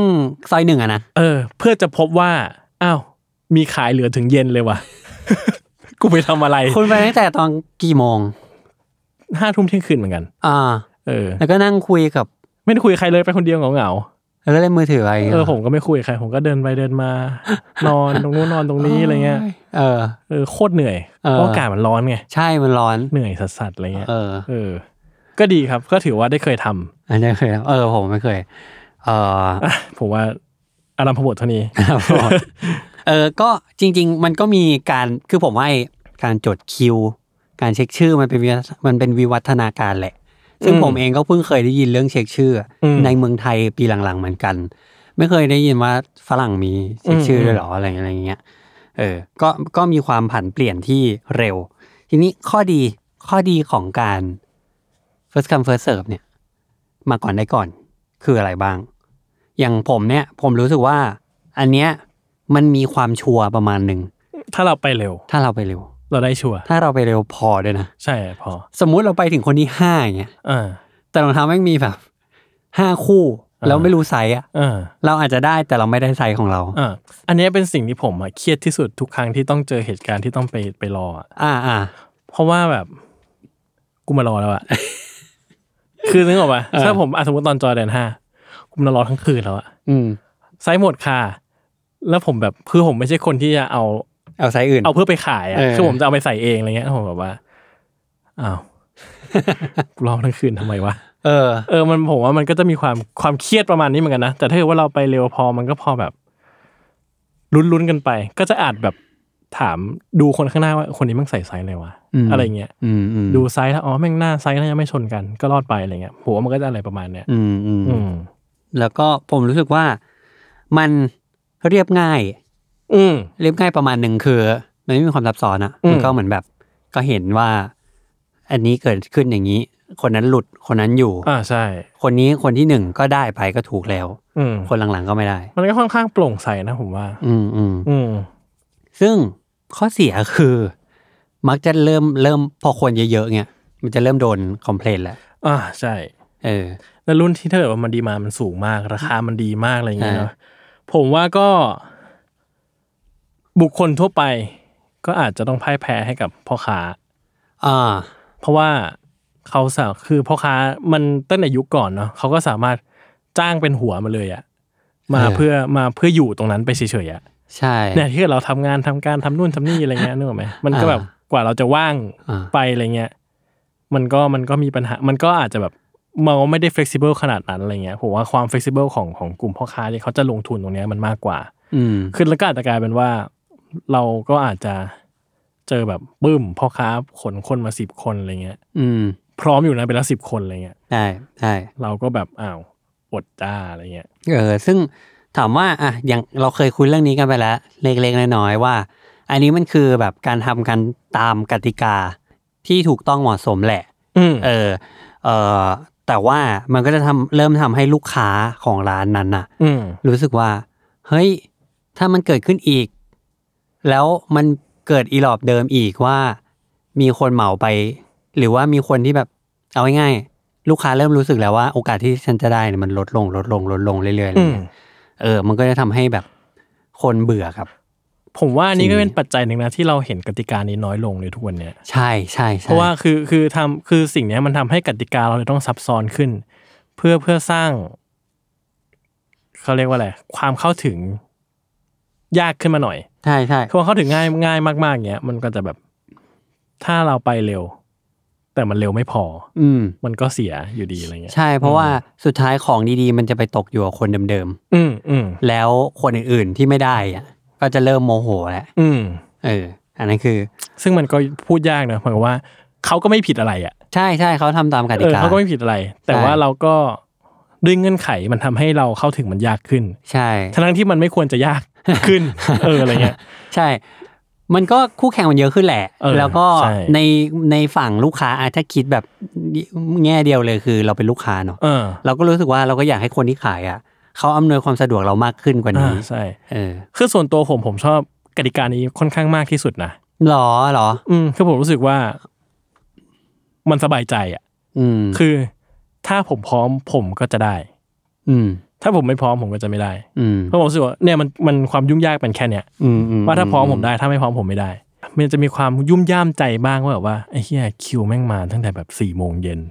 ซอยหนึ่งอะนะ
เออ เพื่อจะพบว่า อ้าว มีขายเหลือถึงเย็นเลยว่ะ กูไปทำอะไร
คุณไปตั้งแต่ตอนกี่โมง
ห้าทุ่มเที่ยงคืนเหมือนกัน
อ่า
เออ
แล้วก็นั่งคุยกับ
ไม่ได้คุยกับใครเลยไปคนเดียวเหงาเหงา
แล้วก็เล่นมือถืออะไรย่าง
ๆ
งี้ย
เออผมก็ไม่คุยกับใคร ผมก็เดินไปเดินมา นอนตรงนู้นนอนตรงนี้อะไรเงี้ย
เออ
เออโคตรเหนื่อย
เออ
เพราะอากาศมันร้อนไง
ใช่มันร้อน
เหนื่อยสัสๆอะไรเงี้ย
เออ
เออ ก็ดีครับ ก็ถือว่าได้เคยทำ
อันนี้เคยเออผมไม่เคย เออ
อ่ะผมว่าอารัมพบทเท่านี้
ครับผมเออก็จริง ๆ มันก็มีการคือผมว่าไอ้การจดคิว การเช็คชื่อมันเป็นวิวัฒมันเป็นวิวัฒนาการแหละ ซึ่ง
อืม
ผมเองก็เพิ่งเคยได้ยินเรื่องเช็คชื่ออ
ม
ในเมืองไทยปีหลังๆเหมือนกัน ไม่เคยได้ยินว่าฝรั่งมีเช็คชื่ออ
ม
ด้วยเหรออะไรอะไรอย่างเงี้ย เออ ก็ก็มีความผันเปลี่ยนที่เร็ว ทีนี้ข้อดีข้อดีของการ first come first serve เนี่ย มาก่อนได้ก่อนคืออะไรบ้าง อย่างผมเนี่ย ผมรู้สึกว่า อันเนี้ยมันมีความชัวร์ประมาณหนึ่ง
ถ้าเราไปเร็ว
ถ้าเราไปเร็ว
เราได้ชัวร์
ถ้าเราไปเร็วพอด้วยนะ
ใช่พอ
สมมุติเราไปถึงคนที่ห้าอย่างเงี้ย
อ่า
แต่รองเท้าแม่งมีแบบห้าคู่
อ่า
แล้วไม่รู้ไซส์อะ
อ่า
เราอาจจะได้แต่เราไม่ได้ไซส์ของเรา
อ่าอันเนี้ยเป็นสิ่งที่ผมอะเครียดที่สุดทุกครั้งที่ต้องเจอเหตุการณ์ที่ต้องไปไปรออะ
อ่าอ่า
เพราะว่าแบบกูมารอแล้วอะ คือนึกออกปะ
เออ
ถ้าผมอะสมมติตอนจอแดนห้าผมนอนรอทั้งคืนแล้วอะ
อืม
ไซส์หมดค่ะ แล้วผมแบบคือผมไม่ใช่คนที่จะเอา
เอาไซส์อื่น
เอาเพื่อไปขายอะ
เออ
คือผมจะเอาไปใส่เองอะไรเงี้ยผมแบบว่าอ้าว กูรอทั้งคืนทำไมวะ
เออ
เออมันผมว่ามันก็จะมีความความเครียดประมาณนี้เหมือนกันนะแต่ถ้าเกิดว่าเราไปเร็วพอมันก็พอแบบลุ้นๆกันไป ก็จะอาจแบบถามดูคนข้างหน้าว่า คนนี้มันใส่ไซส์อะไรวะ
อืม
อะไรเงี้ย
อืมอืม
ดูไซส์แล้วอ๋อแม่งหน้าไซส์น่าจะไม่ชนกันก็รอดไปอะไรเงี้ยผมว่ามันก็จะอะไรประมาณเนี้ย
อืมอืม
อืม
แล้วก็ผมรู้สึกว่ามันเรียบง่าย
อืม
เรียบง่ายประมาณหนึ่งคือ มันไม่มีความซับซ้อนอะ
อืม
มันก็เหมือนแบบ ก็เห็นว่า อันนี้เกิดขึ้นอย่างนี้ คนนั้นหลุดคนนั้นอยู่
อ่าใช่
คนนี้คนที่หนึ่งก็ได้ไปก็ถูกแล้ว
อืม
คนหลังๆก็ไม่ได้
มันก็ค่อนข้างโปร่งใสนะผมว่า
อืมอืม
อืม
ซึ่งข้อเสียคือ มักจะเริ่มเริ่มพอคนเยอะๆเนี่ยมันจะเริ่มโดนคอมเพลนแหละ
อ่าใช่
เออ
แล้วรุ่นที่ถ้าเกิดว่ามันดีมามันสูงมาก ราคามันดีมากอะไรอย่างเงี้ย
อ่า
เนาะผมว่าก็ บุคคลทั่วไป ก็อาจจะต้องพ่ายแพ้ให้กับพ่อค้า
อ่า
เพราะว่าเขาสาคือพ่อค้ามันตั้งแต่ยุคก่อนเนาะเขาก็สามารถจ้างเป็นหัวมาเลยอะมา
เออ
เพื่อมาเพื่ออยู่ตรงนั้นไปเฉยๆอะ
ใช่
เนี่ยที่เราทำงานทำการทำนู่นทำนี่อะไรเงี้ยนึกออกไหมมันก็แบบกว่าเราจะว่าง
อ่า
ไปอะไรเงี้ยมันก็มันก็มีปัญหา มันก็อาจจะแบบมองว่าไม่ได้ flexible ขนาดนั้นอะไรเงี้ยผมว่าความ flexible ของของกลุ่มพ่อค้าที่เขาจะลงทุนตรงเนี้ยมันมากกว่า
อืม
คือแล้วก็อาจจะกลายเป็นว่า เราก็อาจจะเจอแบบบึ้มพ่อค้าขนคนมาสิบคนอะไรเงี้ย
อืม
พร้อมอยู่นะเป็นละสิบคนอะไรเงี้ย
ใช่ใช่
เราก็แบบอ้าวอดจ้าอะไรเงี้ย
เออซึ่งถามว่าอ่ะอย่างเราเคยคุยเรื่องนี้กันไปแล้ว เล็กๆน้อยๆว่า อันนี้มันคือแบบการทำกันตามกติกาที่ถูกต้องเหมาะสมแหละ
อืม
เออเออแต่ว่ามันก็จะทำเริ่มทำให้ลูกค้าของร้านนั้นน่ะ
อืม
รู้สึกว่า เฮ้ย ถ้ามันเกิดขึ้นอีก แล้วมันเกิดอีหลอบเดิมอีกว่า มีคนเหมาไป หรือว่ามีคนที่แบบเอาง่ายๆลูกค้าเริ่มรู้สึกแล้วว่าโอกาสที่ฉันจะได้เนี่ยมันลดลงลดลงลดลงเรื่อยๆอะไร
อืม
เงี้ยเออ มันก็จะทำให้แบบคนเบื่อครับ
ผมว่าอันนี้
สิ่งนี้
ก็เป็นปัจจัยหนึ่งนะที่เราเห็นกติกานี้น้อยลงในทุกวันเนี้ย
ใช่ใช่
เพ
ใช่
ราะว่าคือคือทำคือสิ่งเนี้ยมันทำให้กติกาเราเลยต้องซับซ้อนขึ้น เพื่อเพื่อสร้างเขาเรียกว่าอะไรความเข้าถึง ยากขึ้นมาหน่อย
ใช่ใช่
คือว่าเข้าถึงง่ายง่ายมากๆเนี้ยมันก็จะแบบถ้าเราไปเร็ว แต่มันเร็วไม่พอ
อืม
มันก็เสียอยู่ดีอะไรเงี้ย
ใช่ เพราะว่าสุดท้ายของดีๆ มันจะไปตกอยู่กับคนเดิม
อืมอืม
ๆแล้วคนอื่นๆที่ไม่ได้อ่ะก็จะเริ่มโมโหแล้ว
อืม
เออ อันนั้นคือ
ซึ่งมันก็พูดยากนะหมายความว่าเขาก็ไม่ผิดอะไรอ่ะ
ใช่ใช่เขาทำตามก
เออก
ติา
เขาก็ไม่ผิดอะไร แต่
ใช่
ว่าเราก็ด้วยเงื่อนไขมันทำให้เราเข้าถึงมันยากขึ้น
ใช่
ทั้งๆที่มันไม่ควรจะยาก ขึ้น เอออะไรเงี้ย
ใช่ มันก็คู่แข่งมันเยอะขึ้นแหละ
เออ
แล้วก็
ใช่
ในในฝั่งลูกค้าอาจจะถ้าคิดแบบแง่เดียวเลยคือเราเป็นลูกค้าเนาะ
เออ
เราก็รู้สึกว่าเราก็อยากให้คนที่ขายอ่ะเขาอำนวยความสะดวกเรามากขึ้นกว่า
อ่า
นี้
ใช่
เออ
คือส่วนตัวผมผมชอบกติกานี้ค่อนข้างมากที่สุดนะ
หรอหรอ
อืมคือผมรู้สึกว่า มันสบายใจอ่ะ
อืม
คือถ้าผมพร้อมผมก็จะได้
อืม
ถ้าผมไม่พร้อมผมก็จะไม่ได้
อืม
เพราะผมรู้สึกว่าเนี่ยมันมันความยุ่งยากเป็นแค่เนี้ย
อืมอืม
ว่าถ้าพร้อมผมได้ถ้าไม่พร้อมผมไม่ได้ มันจะมีความยุ่มย่ามใจบ้างว่าแบบว่าไอ้เหี้ยคิวแม่งมาตั้งแต่แบบสี่โมงเย็น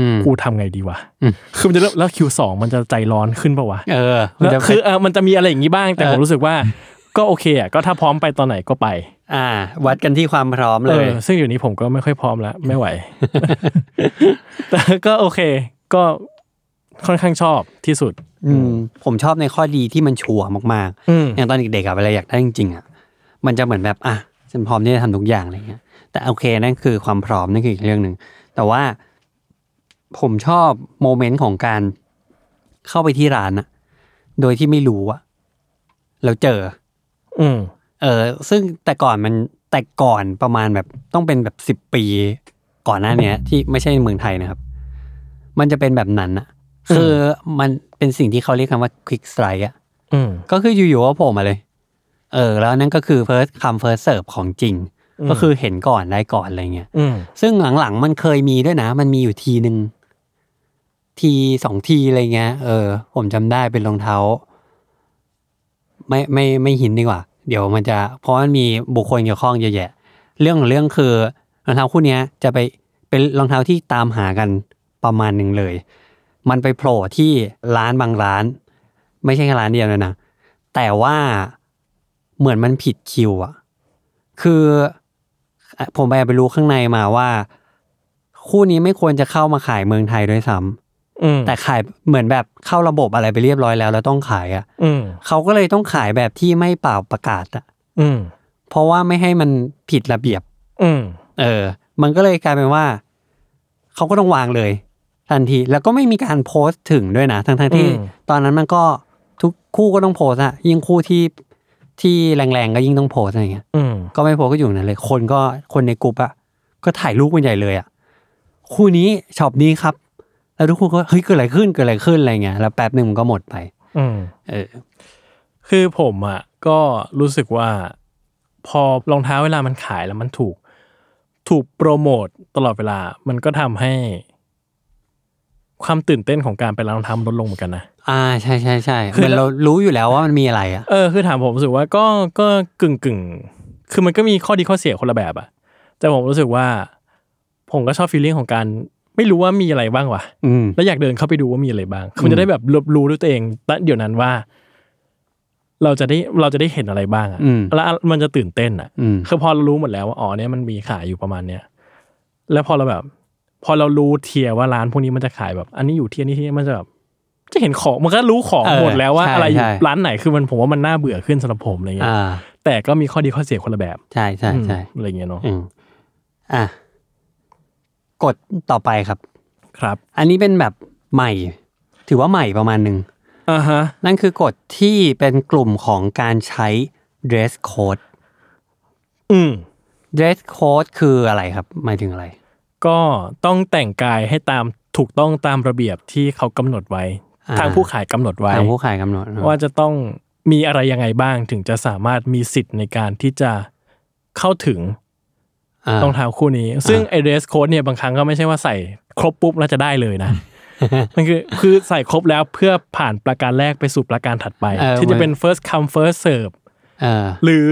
อืม
กูทำไงดีวะ
อืม
คือมันจะเริ่มแล้วคิวสองมันจะใจร้อนขึ้นปะวะ
เออมัน
แล้ว
จะ
คือเออมันจะมีอะไรอย่างนี้บ้าง แต่ผมรู้สึกว่า ก็โอเคอ่ะ ก็ถ้าพร้อมไปตอนไหนก็ไป
อ่า วัดกันที่ความพร้อม
เอ
เลย
อซึ่งอยู่นี้ผมก็ไม่ค่อยพร้อ มแล้ว ไม่ไหว แต่ก็โอเค ก็ค่อนข้างชอบที่สุด
อืมผมชอบในข้อดีที่มันชัวร์มาก
อืม
ๆ อย่างตอนเด็กๆอะเวลาอยากได้จริงๆอะมันจะเหมือนแบบอ่ะฉันพร้อมที่จะทำทุกอย่างอะไรเงี้ย แต่โอเคนั่นคือความพร้อมนั่นคืออีกเรื่องหนึ่งแต่ว่า ผมชอบโมเมนต์ของการเข้าไปที่ร้านอะโดยที่ไม่รู้อะแล้วเจอ
อืม
เออซึ่งแต่ก่อนมันแต่ก่อนประมาณแบบต้องเป็นแบบสิบ10 ปีก่อนหน้าเนี้ย ที่ไม่ใช่เมืองไทยนะครับ มันจะเป็นแบบนั้นอะคือมันเป็นสิ่งที่เขาเรียกคำว่า quick strike อะ
อืม
ก็คืออยู่ๆก็โผล่มาเลย เออ แล้วนั่นก็คือ first come first serve ของจริง
อืม
ก็คือเห็นก่อนได้ก่อนอะไรเงี้ย
อืม
ซึ่งหลังๆมันเคยมีด้วยนะ มันมีอยู่ทีหนึ่งทีสองทีอะไรเงี้ย เออ ผมจำได้เป็นรองเท้า ไม่ไม่ไม่หินดีกว่า เดี๋ยวมันจะเพราะมันมีบุคคลเกี่ยวข้องเยอะแยะ เรื่องของเรื่องคือรองเท้าคู่เนี้ย จะไปเป็นรองเท้าที่ตามหากันประมาณหนึ่งเลย มันไปโผล่ที่ร้านบางร้าน ไม่ใช่แค่ร้านเดียวเลยนะ แต่ว่าเหมือนมันผิดคิวอะคืออ่ะผมแอบไปรู้ข้างในมาว่า คู่นี้ไม่ควรจะเข้ามาขายเมืองไทยด้วยซ้ำ
อืม
แต่ขายเหมือนแบบเข้าระบบอะไรไปเรียบร้อยแล้ว แล้วต้องขายอะ
อืม
เขาก็เลยต้องขายแบบที่ไม่เปล่าประกาศอะ
อืม
เพราะว่าไม่ให้มันผิดระเบียบ
อืม
เออ มันก็เลยกลายเป็นว่า เขาก็ต้องวางเลย ทันที แล้วก็ไม่มีการโพสต์ถึงด้วยนะทั้งทที่ ตอนนั้นมันก็ทุกคู่ก็ต้องโพสต์อะยิ่งคู่ที่ที่แรงๆก็ยิ่งต้องโพสต์อะไรเงี้ย
อืม
ก็ไม่โพสต์ก็อยู่นั่นเลย คนก็คนในกลุ่มอะก็ถ่ายรูปกันใหญ่เลยอะคู่นี้ช็อปนี้ครับ แล้วทุกคนก็เฮ้ยเกิดอะไรขึ้นเกิดอะไรขึ้นอะไรเงี้ยแล้วแป๊บหนึ่งมันก็หมดไป
อืม
เออ
คือผมอ่ะก็รู้สึกว่าพอรองเท้าเวลามันขายแล้วมันถูก ถูกโปรโมตตลอดเวลา มันก็ทำให้ ความตื่นเต้นของการไปร้านรองเท้ามันลดลงเหมือนกันนะ
อ่าใช่ใช่ใช่
คื
เหมื
อ
อนเรารู้อยู่แล้วว่ามันมีอะไรอะ
เออคือถามผมรู้สึกว่าก็ก็กึ่งกึ่งคือมันก็มีข้อดีข้อเสียคนละแบบอะแต่ผมรู้สึกว่า ผมก็ชอบฟีลลิ่งของการ ไม่รู้ว่ามีอะไรบ้างวะ
อืม
แล้วอยากเดินเข้าไปดูว่ามีอะไรบ้างคือมันจะได้แบบรับรู้ด้วยตัวเองณเดี๋ยวนั้นว่า เราจะได้เราจะได้เห็นอะไรบ้างอะ
อืม
แล้วมันจะตื่นเต้นอะ
อืม
คือพอเรารู้หมดแล้วว่าอ๋อเนี่ยมันมีขายอยู่ประมาณเนี้ยแล้วพอเราแบบ พอเรารู้เทียร์ว่าร้านพวกนี้มันจะขายแบบ อันนี้อยู่เทียร์นี้เทียร์มันจะแบบจะเห็นของมันก็รู้ของ
เออ
หมดแล้วว่า
ใช่
อะไรอยู่
ใช่
ร้านไหนคือมันผมว่ามันน่าเบื่อขึ้นสำหรับผมอะไรเงี้ย
อ่า
แต่ก็มีข้อดีข้อเสียคนละแบบ
ใช่ใช่ใช่
อืมอะไรเงี้ยเนาะ
อืมอ่ะกดต่อไปครับ
ครับ
อันนี้เป็นแบบใหม่ ถือว่าใหม่ประมาณหนึ่ง
อ่าฮะ
นั่นคือกฎที่เป็นกลุ่มของการใช้ dress code
อืม
dress code คืออะไรครับ หมายถึงอะไร
ก็ต้องแต่งกายให้ตามถูกต้องตามระเบียบที่เขากำหนดไว้
อ่า
ทางผู้ขายกำหนดไว้
ทางผู้ขายกำหนด
ว่าจะต้องมีอะไรยังไงบ้างถึงจะสามารถมีสิทธิ์ในการที่จะเข้าถึง
อ่าร
องเท้าคู่นี้ ซึ่งไอเดรสโค้ดเนี่ยบางครั้งก็ไม่ใช่ว่าใส่ครบปุ๊บแล้วจะได้เลยนะ มันคือคือใส่ครบแล้วเพื่อผ่านประการแรกไปสู่ประการถัดไป
เออ
ที่จะ
มัน
เป็น first come first serve
เออ
หรือ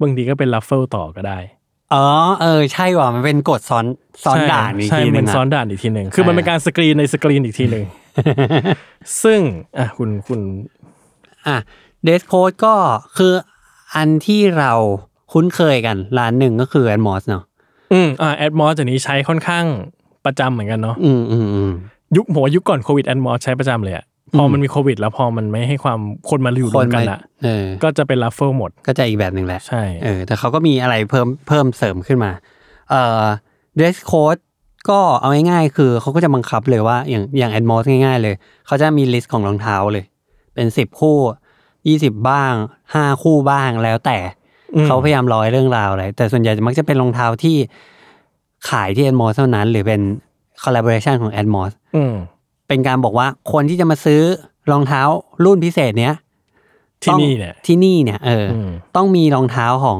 บางทีก็เป็น ruffle ต่อก็ได้
อ๋อเออ ใช่ว่ะมันเป็นกฎซ้อนซ้อน
ใช่
ด่านอีก
ใช่
ทีห
เหมื
นึ
อง นซ้อน
อะ
ด่านอีกทีหนึ่งคือมัน
เออ
เป็นการสกรีนในสกรีนอีกที หนึ่งซึ่งอ่ะคุณคุณ
อ่ะ dress code ก็คืออันที่เราคุ้นเคยกัน ร้านหนึ่งก็คือ Atmos เนาะ
อืมอ่าแอดมอสจากนี้ใช้ค่อนข้างประจำเหมือนกันเนาะ
อืมอืมอืม
ยุคหัวายุคก่อนโควิดแอนมอใช้ประจำเลยอะพอมันมีโควิด แล้วพอมันไม่ให้ความคนมาอยู่รวมกันละ
เออ
ก็จะเป็นรัฟเฟิลหมด
ก็จะอีกแบบหนึ่งแหละ
ใช่
เออแต่เขาก็มีอะไรเพิ่มเพิ่มเสริมขึ้นมา เอ่อ dress code ก็เอาง่ายๆคือเขาก็จะบังคับเลยว่าอย่างอย่าง Atmos ง่ายๆเลย เขาจะมีลิสต์ของรองเท้าเลย เป็น 10 คู่ 20 บ้าง 5 คู่บ้างแล้วแต่
อืม
เขาพยายามร้อยเรื่องราวอะไร แต่ส่วนใหญ่จะมักจะเป็นรองเท้าที่ขายที่ Atmos เท่านั้น หรือเป็น collaboration ของ Atmos
อืม
เป็นการบอกว่าคนที่จะมาซื้อรองเท้ารุ่นพิเศษเนี้ย
ที่
ต้อง
นี่เนี่ย
ที่นี่เนี่ยเอออ
ม
ต้องมีรองเท้าของ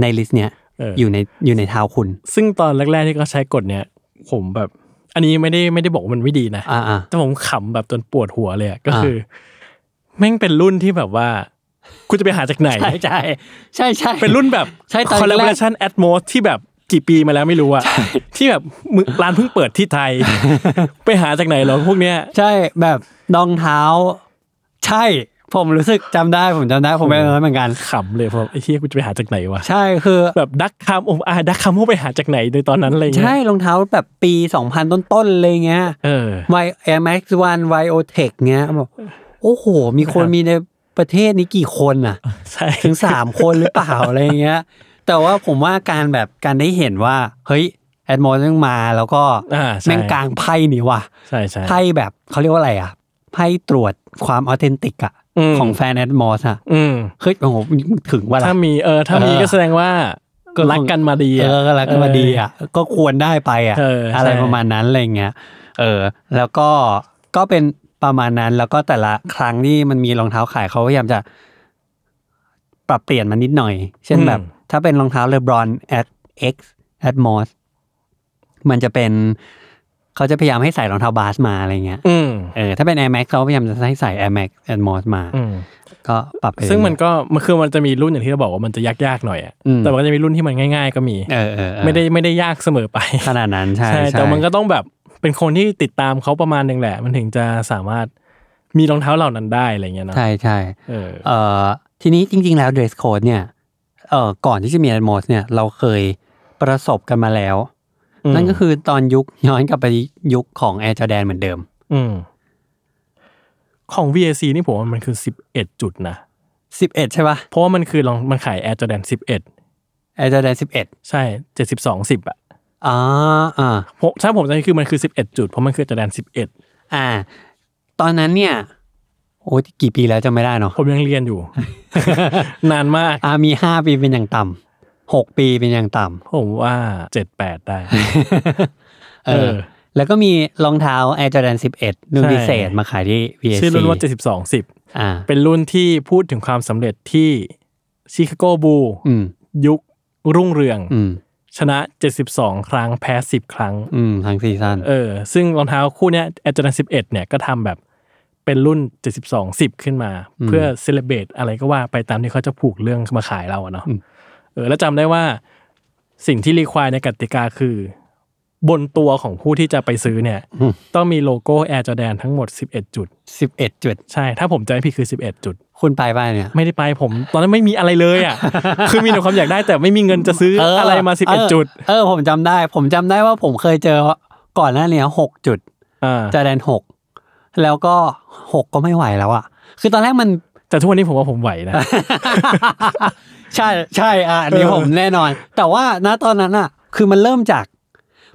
ในลิสต์เนี่ย
เอออ
อยู่ในอยู่ในเท้าคุณ
ซึ่งตอนแรกๆที่เขาใช้กฎเนี่ย ผมแบบ อันนี้ไม่ได้ไม่ได้บอกว่ามันไม่ดีนะ
อ่าอ่า
แต่ผมขำแบบจนปวดหัวเลยอะก็
อ่า
คือ แม่งเป็นรุ่นที่แบบว่าคุณจะไปหาจากไหน
ใช่ใช่ใช่ใช่
เป็นรุ่นแบบ
ใช่ตอนแรก
collaboration atmos ที่แบบกี่ปีมาแล้วไม่รู้อะที่แบบมึงร้านเพิ่งเปิดที่ ไทย ไปหาจากไหนเหรอพวกเนี้ย
ใช่แบบรองเท้า ใช่ ผมรู้สึกจำได้ผมจำได้ผมเป็นแบบนั้นเหมือนกัน
ขำเลยผมไอ้ที่กูจะไปหาจากไหนวะ
ใช่คือ
แบบดักคำโอมอาดักคำพวกไปหาจากไหนในตอนนั้นอะไรเงี้
ใช่
ย
รองเท้าแบบปี 2000 ต้นๆเลยเงี้ย
เออ
Y Air Max One Y o t e c h เงี้ยบอกโอ้โห มีคนมีในประเทศนี้กี่คนอ่ะ
ใช่
ถึงสามคนหรือเปล่า อะไรอย่างเงี้ย แต่ว่าผมว่าการแบบการได้เห็นว่า เฮ้ยแอดมอนต้องมาแล้วก็
อ่าใช่
แม่งกลางไพ่นี่ว่ะ
ใช่ใช่
ไพ่แบบเขาเรียกว่าอะไรอ่ะไพ่ตรวจความออเทนติกอ่ะ
อืม
ของแฟนแอดมอสอะ
อืม
เฮ้ยโอ้โหมึงถึงว่าล่ะ
ถ้ามีเออถ้ามี
เออ
ก็แสดงว่ารักกันมาดี
เอ
อะ
อก็รักกันมาดีอ่ะ ก็ควรได้ไปอ่ะ
เออใช่
อะไรประมาณนั้นอะไรเงี้ยเออ แล้วก็ก็เป็นประมาณนั้นแล้วก็แต่ละครั้งที่มันมีรองเท้าขายเขาพยายามจะ ปรับเปลี่ยนมันนิดหน่อย เช่นแบบ ถ้าเป็นรองเท้าเลบรอนแอดเอ็กซ์แอดมอสมันจะเป็นเขาจะพยายามให้ใส่รองเท้าบาสมาอะไรเงี้ย
อืม
เออถ้าเป็น Air Max เขาพยายามจะให้ใส่ Air Max แอดมอสมา
อืม
ก็ปรับไป
ซึ่งมันก็มันคือมันจะมีรุ่นอย่างที่เราบอกว่ามันจะยากๆหน่อยอะ
อืม
แต่มันก็จะมีรุ่นที่มันง่าย ๆ ก็มี
เออเออเออ
ไม่ได้ไม่ได้ยากเสมอไป
ขนาดนั้นใช่
ใช่แต่มันก็ต้องแบบเป็นคนที่ติดตามเขาประมาณหนึ่งแหละ มันถึงจะสามารถมีรองเท้าเหล่านั้นได้อะไรเงี้ยเนาะ
ใช่ใช่
เออ
เอ่อทีนี้จริง ๆ แล้ว dress code เนี่ยเอ่อก่อนที่จะมี Atmos เนี่ยเราเคยประสบกันมาแล้ว
อืม
นั่นก็คือตอนยุคย้อนกลับไปยุคของ Air Jordan เหมือนเดิม
อืมของ VAC นี่ผมว่ามันคือ 11 จุดนะ
11 ใช่ปะ
เพราะว่ามันคือลองมันขาย Air Jordan
Air Jordan
11 ใช่ 72 10อ่ะ
11อ๋ออ่า
ผมถ้าผมจำไม่ผิดคือมันคือ 11 จุด เพราะมันคือ Air Jordan
อ่า ตอนนั้นเนี่ยโอ้ยกี่ปีแล้วจำไม่ได้เนาะ
11 ผมยังเรียน อยู่ นานมาก
อ่ามี 5 ปีเป็นอย่างต่ำหกปีเป็นอย่างต่
ผมว่า 78 ได้
ำเออ แล้วก็มีรองเท้า Air Jordan 11 รุ่น
ใช่
พิเศษมาขายที่ VAC
ชื่อรุ่นว่า 72 10
อ่า
เป็นรุ่นที่พูดถึงความสำเร็จที่ชิคาโกบู
อืม
ยุครุ่งเรือง
อืม
ชนะ 72 ครั้งแพ้ 10 ครั้ง
อืมทั้งซีซั่น
เออ ซึ่งรองเท้าคู่เนี้ย Air Jordan 11 เนี่ยก็ทำแบบเป็นรุ่น 72 10 ขึ้นมา
อืม
เพื่อเซเลบ a t e อะไรก็ว่าไปตามที่เขาจะผูกเรื่องมาขายเราอะเนาะเออ แล้วจำได้ว่าสิ่งที่รีควายในกติกาคือ บนตัวของผู้ที่จะไปซื้อเนี่ย ต้องมีโลโก้ Air Jordan ทั้งหมด 11 จุด
สิบเอ็ดจุด
ใช่ ถ้าผมจำไม่ผิดคือ 11 จุด
คุณไปป่ะเนี่ย
ไม่ได้ไปผม ตอนนั้นไม่มีอะไรเลยอ่ะ คือมีแต่ความอยากได้แต่ไม่มีเงินจะซื้อ
เ
อะไรมา
เ
11 จุด
เออ ผมจำได้ ผมจำได้ว่าผมเคยเจอก่อนหน้าเนี้หกจุด
อ่า
จะแดนหกแล้วก็หกก็ไม่ไหวแล้วอะคือตอนแรกมัน
แต่ทุกวันนี้ผมว่าผมไหวนะ
ใช่ใช่อ่ะอันนี้
เออ
ผมแน่นอน แต่ว่าณตอนนั้นอะคือมันเริ่มจาก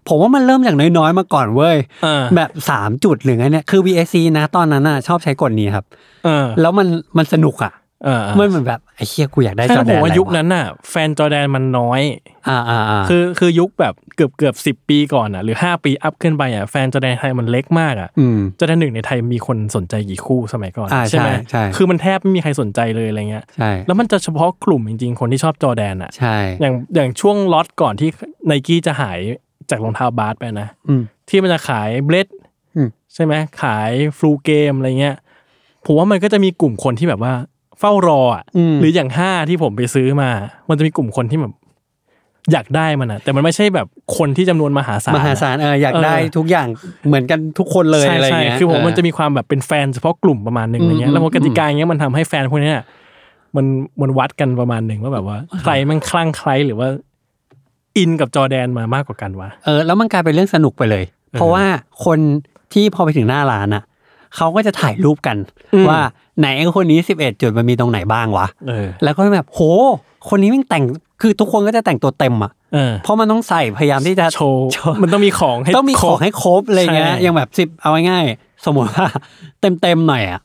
ผมว่ามันเริ่มจากน้อยๆมาก่อนเว้ย
อ่า
แบบสามจุดหรือไงเนี่ยคือ VAC นะตอนนั้นอะชอบใช้กฎนี้ครับ
เออ
แล้วมันมันสนุกอะ
เออ
มันเหมือนแบบไอ้เฮียกูอยากได้
ใช่
จอแด
แต่ผม
น
ว่า
อะ
ยุคว
ไระ
นั้นน่ะ แฟนจอร์แดนมันน้อย
อ่าอ่าอ่า
คือคือยุคแบบเกือบเกือบสิปีก่อนอ่ะหรือ 5 ปีอัพขึ้นไปอ่ะแฟนจอร์แดนไทยมันเล็กมากอ่ะ
อืม
จอร์แดนหนึ่งในไทยมีคนสนใจกี่คู่สมัยก่อน
อ่า
ไหม
ใช่ใช่
คือมันแทบไม่มีใครสนใจเลยอะไรเงี้ย
ใช่
แล้วมันจะเฉพาะกลุ่มจริงๆ คนที่ชอบจอร์แดนอ่ะ
ใช่
อย่างอย่างช่วงล็อตก่อนที่ไนกี้จะหายจากรองเท้าบาสไปนะ
อืม
ที่มันจะขายเบลด
อืม
ใช่ไหมขายฟลูเกมอะไรเงี้ยผมว่ามันก็จะมีกลุ่มคนที่แบบว่า เฝ้ารออ่ะ
ม
หรืออย่างห้าที่ผมไปซื้อมา มันจะมีกลุ่มคนที่แบบอยากได้มันอ่ะ แต่มันไม่ใช่แบบคนที่จำนวนมหาศาล
ม
อะ
หาศาลเอออยาก
เออ
ได้ทุกอย่างเหมือนกันทุกคนเลย
ใช่
อะไร
ใช่
เงี้ย
คือผมว่ามัน
เ
จะมีความแบบเป็นแฟนเฉพาะกลุ่มประมาณหนึ่งอะไรเงี้
อืม
ยแล้วพอ
อืม
กติกาอย่างเงี้ยมันทำให้แฟนพวกเนี้ยมันมันวัดกันประมาณหนึ่งว่าแบบว่าใครมันคลั่งใครหรือว่า อินกับจอร์แดนมามากกว่ากันวะ
เออแล้วมันกลายเป็นเรื่องสนุกไปเลย เพราะว่าคนที่พอไปถึงหน้าร้านอ่ะเขาก็จะถ่ายรูปกัน
อืม
ว่าไหนไอ้คนนี้ 11 จุดมันมีตรงไหนบ้างวะ
เออ
แล้วก็แบบโห คนนี้แม่งแต่งคือทุกคนก็จะแต่งตัวเต็มอ่ะ
เออ
เพราะมันต้องใส่พยายามที่จะ
โชว์มันต้องมีของให้
ต้องมี
ค
ข
ร
อบ งให้ครบอะไรเงี้ย
ใช่
อย่างแบบสิบเอาง่ายๆสมมติว่า เต็มเต็มๆหน่อยอ่ะ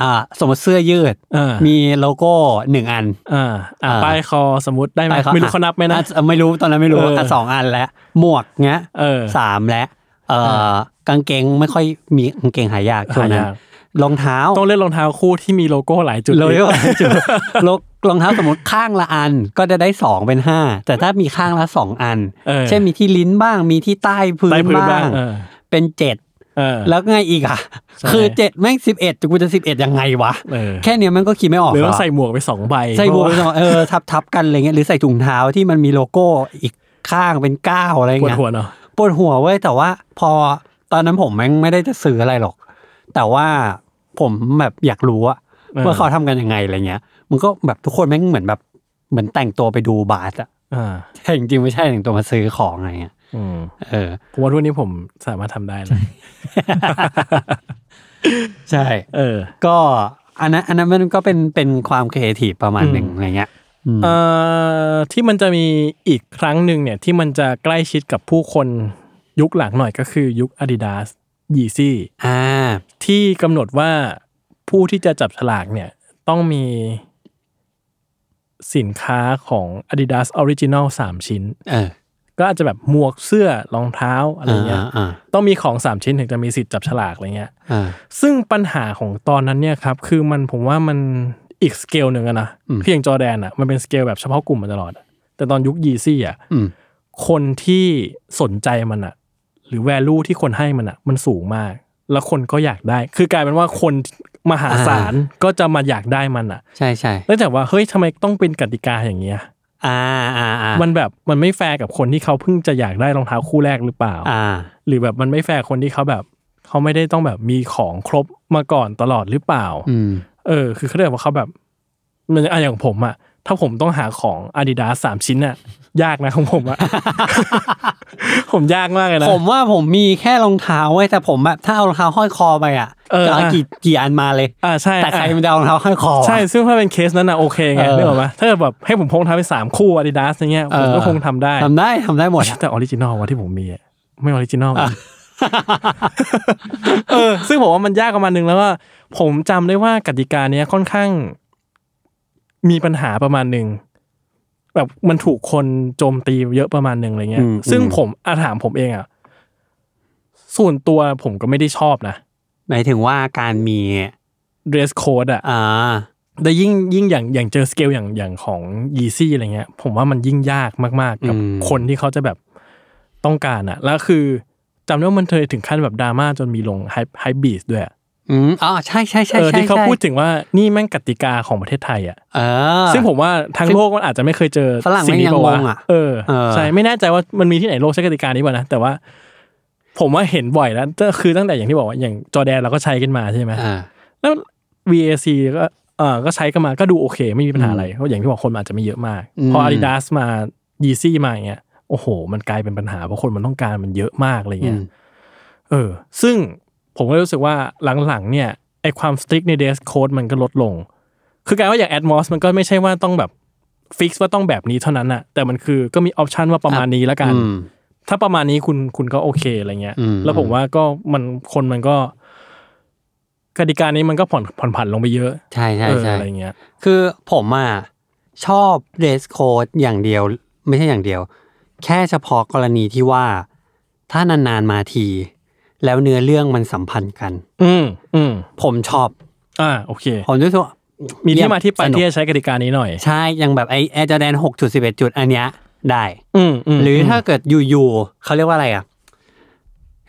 อ่า สมมติเสื้อยืด
เออ
มีโลโก้หนึ่งอัน
อ่าอ่า
อ่า
ป้ายคอสมมติได้ไหม
ป
ไม่รู้เขานับไหมนะ
อ่ไม่รู้ตอนนั้นไม่รู้
เอออ่
ะสองอันแล้วหมวกเงี้ย
เออ
สามแล้วเออ
เออ
กางเกงไม่ค่อยมีกางเกงหายากช่วงนั้น
หายาก
รองเท้า
ต้องเลือกรองเท้าคู่ที่มีโลโก้หลายจุด
เลย
อีก
ว่าจุด รองรองเท้าสมมติข้างละอันก็จะได้สองเป็นห้าแต่ถ้ามีข้างละสองอัน
ออ
เช่นมีที่ลิ้นบ้างมีที่ใต้พื้น
ใต้พื้นบ้า
บ้าง ง
เออ
เป็นเจ็ด
เออ
แล้วไงอีกอ่ะ
ใช่
คือเจ็ดแม่งสิบเอ็ดกูจะสิบเอ็ดยังไงวะ
เออ
แค่เนี้ยมันก็คิดไม่ออก
หรือว่า
แล้วะ
ใส่หมวกไปสองใบ
ใส่บวก
เพราะ
เออทับทับกันอะไรเงี้ยหรือใส่ถุงเท้าที่มันมีโลโก้อีกข้างเป็นก้าวอะไร
าปวด
เงี้ย
หัวเนาะ
ปวดหัวเว้ยแต่ว่าพอตอนนั้นผมแม่งไม่ได้จะซื้ออะไรหรอก แต่ว่าผมแบบอยากรู้อะว่าเขาทำกันยังไงอะไรเงี้ย มันก็แบบทุกคนแม่งเหมือนแบบเหมือนแต่งตัวไปดูบาสอะ
อ่า
แต่จริงๆไม่ใช่แต่งตัวมาซื้อของอะไรเงี้ย
อืม
เออ
ผมว่ารุ่นนี้ผมสามารถทำได้นะ
ใช่
เออ
ก็อันนั้นอันนั้นมันก็เป็นเป็นความครีเอทีฟประมาณหนึ่งอะไรเงี้ยอืม
เอ่อที่มันจะมีอีกครั้งหนึ่งเนี่ยที่มันจะใกล้ชิดกับผู้คนยุคหลังหน่อยก็คือยุค Adidas Yeezy
อ่า
ที่กำหนดว่าผู้ที่จะจับฉลากเนี่ย ต้องมีสินค้าของ Adidas Original 3 ชิ้น
เออ
ก็อาจจะแบบหมวกเสื้อรองเท้าอะไรเงี้ย
อ่า
ต้องมีของ 3 ชิ้นถึงจะมีสิทธิ์จับฉลากอะไรเงี้ย
อ่า
ซึ่งปัญหาของตอนนั้นเนี่ยครับ คือมันผมว่ามันอีกสเกลหนึ่งอะนะ
อืม
เพียางจอร์แดนอะมันเป็นสเกลแบบเฉพาะกลุ่มมาตลอดอะแต่ตอนยุคยีซี่อะ
อืม
คนที่สนใจมันอะหรือ value ที่คนให้มันอะมันสูงมาก แล้วคนก็อยากได้ คือกลายเป็นว่าคนมหาศาลก็จะมาอยากได้มันอะ
ใช่ใช่
เนื่องจากว่าเฮ้ยทำไมต้องเป็นกติกาอย่างเงี้ย
อ่าอ่าอ่า
มันแบบมันไม่แฟร์กับคนที่เขาเพิ่งจะอยากได้รองเท้าคู่แรกหรือเปล่า
อ่า
หรือแบบมันไม่แฟร์คนที่เขาแบบ เขาไม่ได้ต้องแบบมีของครบมาก่อนตลอดหรือเปล่า
อืม
เออ คือเขาเรียกว่าเขาแบบมันอะอย่างผมอะถ้าผมต้องหาของ Adidas สามชิ้นอะยากนะของผมอะ ผมยากมากเลยนะ
ผมว่าผมมีแค่รองเท้าไว้ยแต่ผมแบบถ้าเอารองเท้าห้อยคอไปอ่ะ
เออ
จะเอา
อ่ะ
กี่กี่อันมาเลย
อ่าใช่
แต่ใคร
อ่ะ
มันจะเอารองเท้าห้อยคอวะ
ใช่ ซึ่งถ้าเป็นเคสนั้นอะโอเคไง
เออ
นึกออกไหมถ้าเกิดแบบให้ผมพงทำไปสามคู่ Adidas อย่างเงี้ยผมก็
เออ
คงทำได้
ทำได้ทำได้หมดอะ
แต่ออริจินอลวะที่ผมมีอะไม่ออริจินอล
อ่ะ
เออ ซึ่งผมว่ามันยากประมาณนึงแล้วว่า ผมจำได้ว่ากติกาเนี้ยค่อนข้าง มีปัญหาประมาณหนึ่งแบบมันถูกคนโจมตีเยอะประมาณหนึ่งอะไรเงี้
อื
ย
ม
ซึ่งผมอาถามผมเองอะส่วนตัวผมก็ไม่ได้ชอบนะ
หมายถึงว่าการมี
dress code อะ
อ่า
แต่ยิ่งยิ่งอย่างอย่างเจอสเกลอย่างอย่างของยีซี่อะไรเงี้ย ผมว่ามันยิ่งยากมากๆ กับ
อืม
คนที่เขาจะแบบต้องการอะแล้วคือจำได้ว่ามันเคยถึงขั้นแบบดราม่าจนมีลงไฮไฮบีสด้วยอะ
อืมอ๋อใช่ใช่ใช่
เออ
ใช่
ที่เขา
ใช่
พูดถึงว่านี่แม่งกติกาของประเทศไทยอ่ะ
เออ
ซึ่งผมว่าทั้งโลกมันอาจจะไม่เคยเจอ
ฝรั่ง
สิ่งนี้ปะวะ
แม่งยังงงอะ
เออ
เออ
ใช่ไม่แน่ใจว่ามันมีที่ไหนโลกใช้กติกานี้ป่ะนะแต่ว่า ผมว่าเห็นบ่อยแล้วก็คือตั้งแต่อย่างที่บอกว่าอย่างจอร์แดนเราก็ใช้กันมาใช่ไหม
อ่า
แล้ว VAC ก็เออก็ใช้กันมาก็ดูโอเค ไม่มีปัญหาอะไรเพราะอย่างที่บอกคนมันอาจจะไม่เยอะมาก
อืม
พอ Adidas มา Yeezy มาอย่างเงี้ยโอ้โห มันกลายเป็นปัญหาเพราะคนมันต้องการมันเยอะมากอะไร
อื
เงี้ย
ม
เออ ซึ่งผมก็รู้สึกว่าหลังๆ เนี่ยไอความสตริกในเดสโค้ดมันก็ลดลง คือกลารว่าอย่าง Atmos มันก็ไม่ใช่ว่าต้องแบบฟิกว่าต้องแบบนี้เท่านั้นอะแต่มันคือก็มีออปชันว่าประมาณนี้แล้วกัน
อืม
ถ้าประมาณนี้คุณคุณก็โอเคอะไรเงี้ย
อืม
แล้วผมว่าก็มันคนมันก็กติกานี้มันก็ผ่อนผ่อนผันลงไปเยอะ
ใช่ใช่
เออ
ใช่
อะไรเงี้ย
คือผมอ่ะชอบเดสโค d ดอย่างเดียว ไม่ใช่อย่างเดียว แค่เฉพาะกรณีที่ว่า ถ้านานๆมาที แล้วเนื้อเรื่องมันสัมพันธ์กัน
อืมอืม
ผมชอบ
อ่าโอเค
ผมรู้สึกว่า
มี
เยี่ย
ที่มาที่ไป
สนุก
ที่จะใช้กติกานี้หน่อย
ใช่ยังแบบไอแอร์จอแดนหกจุดสิบเอ็ดจุดอันเนี้ยได้
อืมม
หรือถ้าเกิดอยู่ๆเขาเรียกว่าอะไรอะ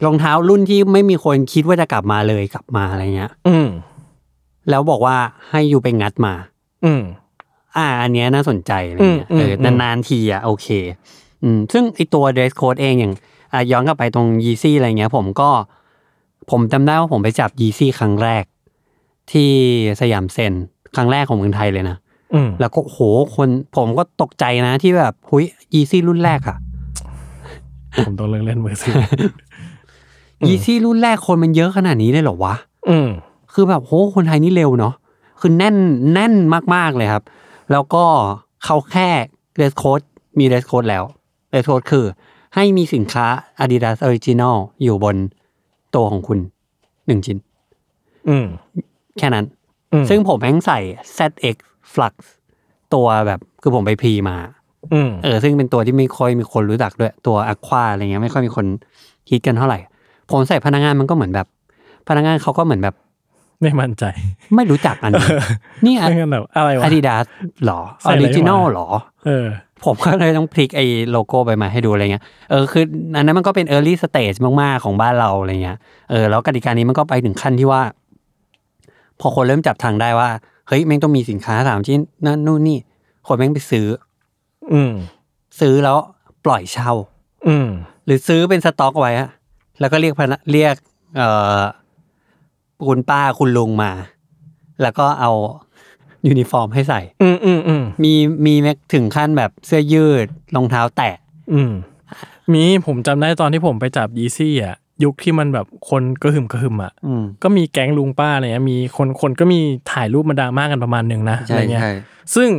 รองเท้ารุ่นที่ไม่มีคนคิดว่าจะกลับมาเลยกลับมาอะไรเงี้ย
อืม
แล้วบอกว่าให้อยู่ไปงัดมา
อืม
อ่า อันเนี้ยน่าสนใจอะไรเงี้ย
อืม
เออ
ม
นานๆทีอะโอเค อืมซึ่งไอตัว dress code เองอย่างอ่ะย้อนกลับไปตรงยีซี่อะไรเงี้ย ผมก็ ผมจำได้ว่าผมไปจับยีซี่ครั้งแรก ที่สยามเซ็นครั้งแรกของเมืองไทยเลยนะ
อืม
แล้วก็โหคนผมก็ตกใจนะที่แบบหุยยีซี่รุ่นแรกอะ
ผมต้องเลิกเล่นมือถือ
ยีซี่รุ่นแรกคนมันเยอะขนาดนี้เลยเหรอวะ
อืม
คือแบบโหคนไทยนี่เร็วเนาะคือแน่นแน่นมาก ๆ เลยครับ แล้วก็เขาแค่เรสโค้ดมีเรสโค้ดแล้วเรสโค้ดคือ ให้มีสินค้า Adidas Original อยู่บนตัวของคุณหนึ่งชิ้น
อืม
แค่นั้น
อืม
ซึ่งผมแม่งใส่ ZX Flux ตัวแบบคือผมไปพรีมา
อืม
เออซึ่งเป็นตัวที่ไม่ค่อยมีคนรู้จักด้วยตัวอควาอะไรเงี้ยไม่ค่อยมีคนฮิตกันเท่าไหร่ ผมใส่พนักงานมันก็เหมือนแบบ พนักงานเขาก็เหมือนแบบ
ไม่มั่นใจ
ไม่รู้จักอัน นี้ นี่
ไม่งั้นแบบอะไรวะ
อาดิดาสหรอ
ใส่
ออ
อะไร
ริจินอล
วะ
หรอ
เออ
ผมก็เลยต้องพลิกไอ้โลโก้ไปมาให้ดูอะไรเงี้ยเออคืออันนั้นมันก็เป็น Early Stage มากๆ ของบ้านเราอะไรเงี้ยเออแล้วกติกานี้มันก็ไปถึงขั้นที่ว่า พอคนเริ่มจับทางได้ว่า เฮ้ยแม่งต้องมีสินค้าสามชิ้นนั่นนู่นนี่คนแม่งไปซื้อ
อืม
ซื้อแล้วปล่อยเช่า
อืม
หรือซื้อเป็นสต็อกไว้อะแล้วก็เรียกพนักเรียก เอ่อคุณป้าคุณลุงมา แล้วก็เอา ยูนิฟอร์มให้ใส่
อืมอืมอืม
มีมีแม้ถึงขั้นแบบเสื้อยืดรองเท้าแตะ
อืมมีผมจำได้ตอนที่ผมไปจับยีซี่อ่ะ ยุคที่มันแบบคนกระหึ่มกระหึ่มอ่ะ
อืม
ก็มีแก๊งลุงป้าอะไรเงี้ยมีคนคนก็มีถ่ายรูปมาดราม่ากันประมาณหนึ่งนะอะไรเงี้ย ซึ่ง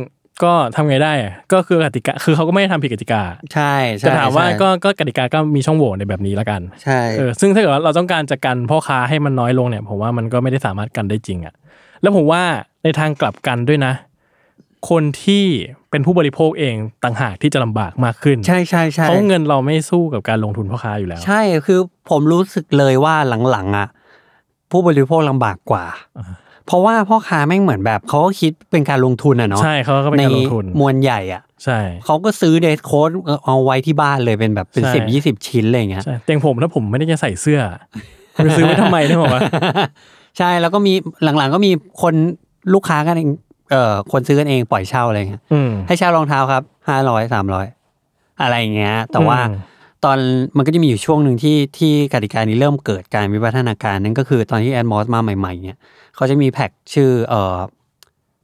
ก็ทำไงได้อะก็คือกติกา คือเขาก็ไม่ได้ทำผิดกติกา
ใช่ใช่
แต่ถามว่า
ใช่
ก็ก็กติกาก็มีช่องโหว่ในแบบนี้ละกัน
ใช่
เออซึ่งถ้าเกิดว่าเราต้องการจะกันพ่อค้าให้มันน้อยลงเนี่ย ผมว่ามันก็ไม่ได้สามารถกันได้จริงอะ่ะ แล้วผมว่า ในทางกลับกันด้วยนะ คนที่เป็นผู้บริโภคเองต่างหากที่จะลำบากมากขึ้น
ใช่ใช่ใช่
เพราะเงินเราไม่สู้กับการลงทุนพ่อค้าอยู่แล้ว
ใช่คือผมรู้สึกเลยว่าหลังๆอ่ะผู้บริโภคลำบากกว่า
อ่า
เพราะว่าพ่อค้าแม่งเหมือนแบบเขาก็คิดเป็นการลงทุนอ่ะเนาะ
ใช่เขาก็เป็นการลงทุน
มวลใหญ่อ่ะ
ใช่
เขาก็ซื้อเดสโค้ดเอาไว้ที่บ้านเลยเป็นแบบเป็น
ใช่
สิบยี่สิบชิ้นอะไรอย่างเงี้ย
ใช่เตียงผมถ้าผมไม่ได้จะใส่เสื้อไปซื้อไว้ทำไมเนี่ยผมว่า
ใช่แล้วก็มีหลังๆก็มีคนลูกค้ากันเองเอ่อคนซื้อกันเองปล่อยเช่าอะไรอย่างเงี้ย
อืม
ให้เช่ารองเท้าครับห้าร้อยสามร้อยอะไรอย่างเงี้ย แต่ว่า
อืม
ตอนมันก็จะมีอยู่ช่วงหนึ่งที่ที่กติกานี้เริ่มเกิดการวิวัฒนาการนั่นก็คือตอนที่แอดมอสมาใหม่ ๆ เนี่ยเขาจะมีแพ็กชื่อเอ่อ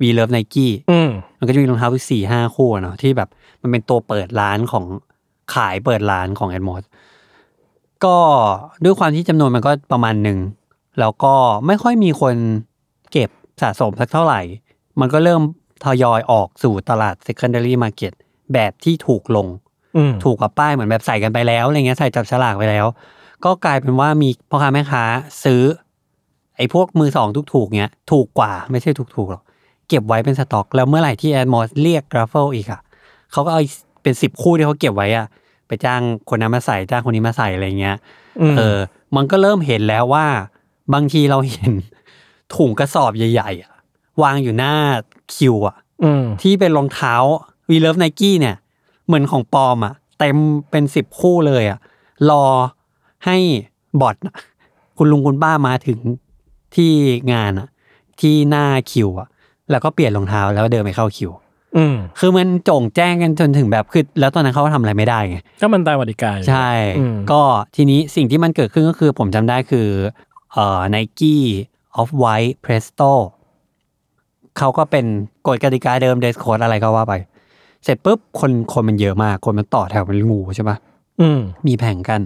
วีเลิฟไนกี้
อืม
มันก็จะมีรองเท้าสี่ห้าคู่อะเนาะที่แบบมันเป็นตัวเปิดร้านของขายเปิดร้านของแอดมอสก็ด้วยความที่จำนวนมันก็ประมาณหนึ่ง แล้วก็ไม่ค่อยมีคนเก็บสะสมสักเท่าไหร่ มันก็เริ่มทยอยออกสู่ตลาด secondary market แบบที่ถูกลง
อืม
ถูกกับป้ายเหมือนแบบใส่กันไปแล้วอะไรเงี้ยใส่จับฉลากไปแล้ว ก็กลายเป็นว่ามีพ่อค้าแม่ค้าซื้อ ไอ้พวกมือสองถูกๆเงี้ยถูกกว่าไม่ใช่ถูกๆหรอก เก็บไว้เป็นสต็อก แล้วเมื่อไหร่ที่แอดมอสเรียกกราฟเฟลอีกอ่ะเขาก็เอาเป็นสิบคู่ที่เขาเก็บไว้อ่ะไปจ้างคนนั้นมาใส่จ้างคนนี้มาใส่อะไรเงี้ย
อืม
เออ มันก็เริ่มเห็นแล้วว่า บางทีเราเห็น ถุงกระสอบใหญ่ ๆอะวางอยู่หน้าคิวอะ
อืม
ที่เป็นรองเท้าวีเลิฟไนกี้เนี่ย เหมือนของปลอมอะเต็มเป็นสิบคู่เลยอะรอให้บอทน่ะคุณลุงคุณป้ามาถึงที่งานอะที่หน้าคิวอะแล้วก็เปลี่ยนรองเท้าแล้วเดินไปเข้าคิว
อืม
คือมันโจ่งแจ้งกันจนถึงแบบคือแล้วตอนนั้นเขาก็ทำอะไรไม่ได้ไง
ก็มันตามกติกาอยู่
ใช่
อืม
ก็ทีนี้สิ่งที่มันเกิดขึ้นก็คือผมจำได้คือเอ่อ Nike Off White Presto เขาก็เป็นกฎกติกาเดิม dress code อะไรก็ว่าไป เสร็จปุ๊บ คนคนมันเยอะมาก คนมันต่อแถวเป็นงูใช่ปะ
อืม
มีแผงกัน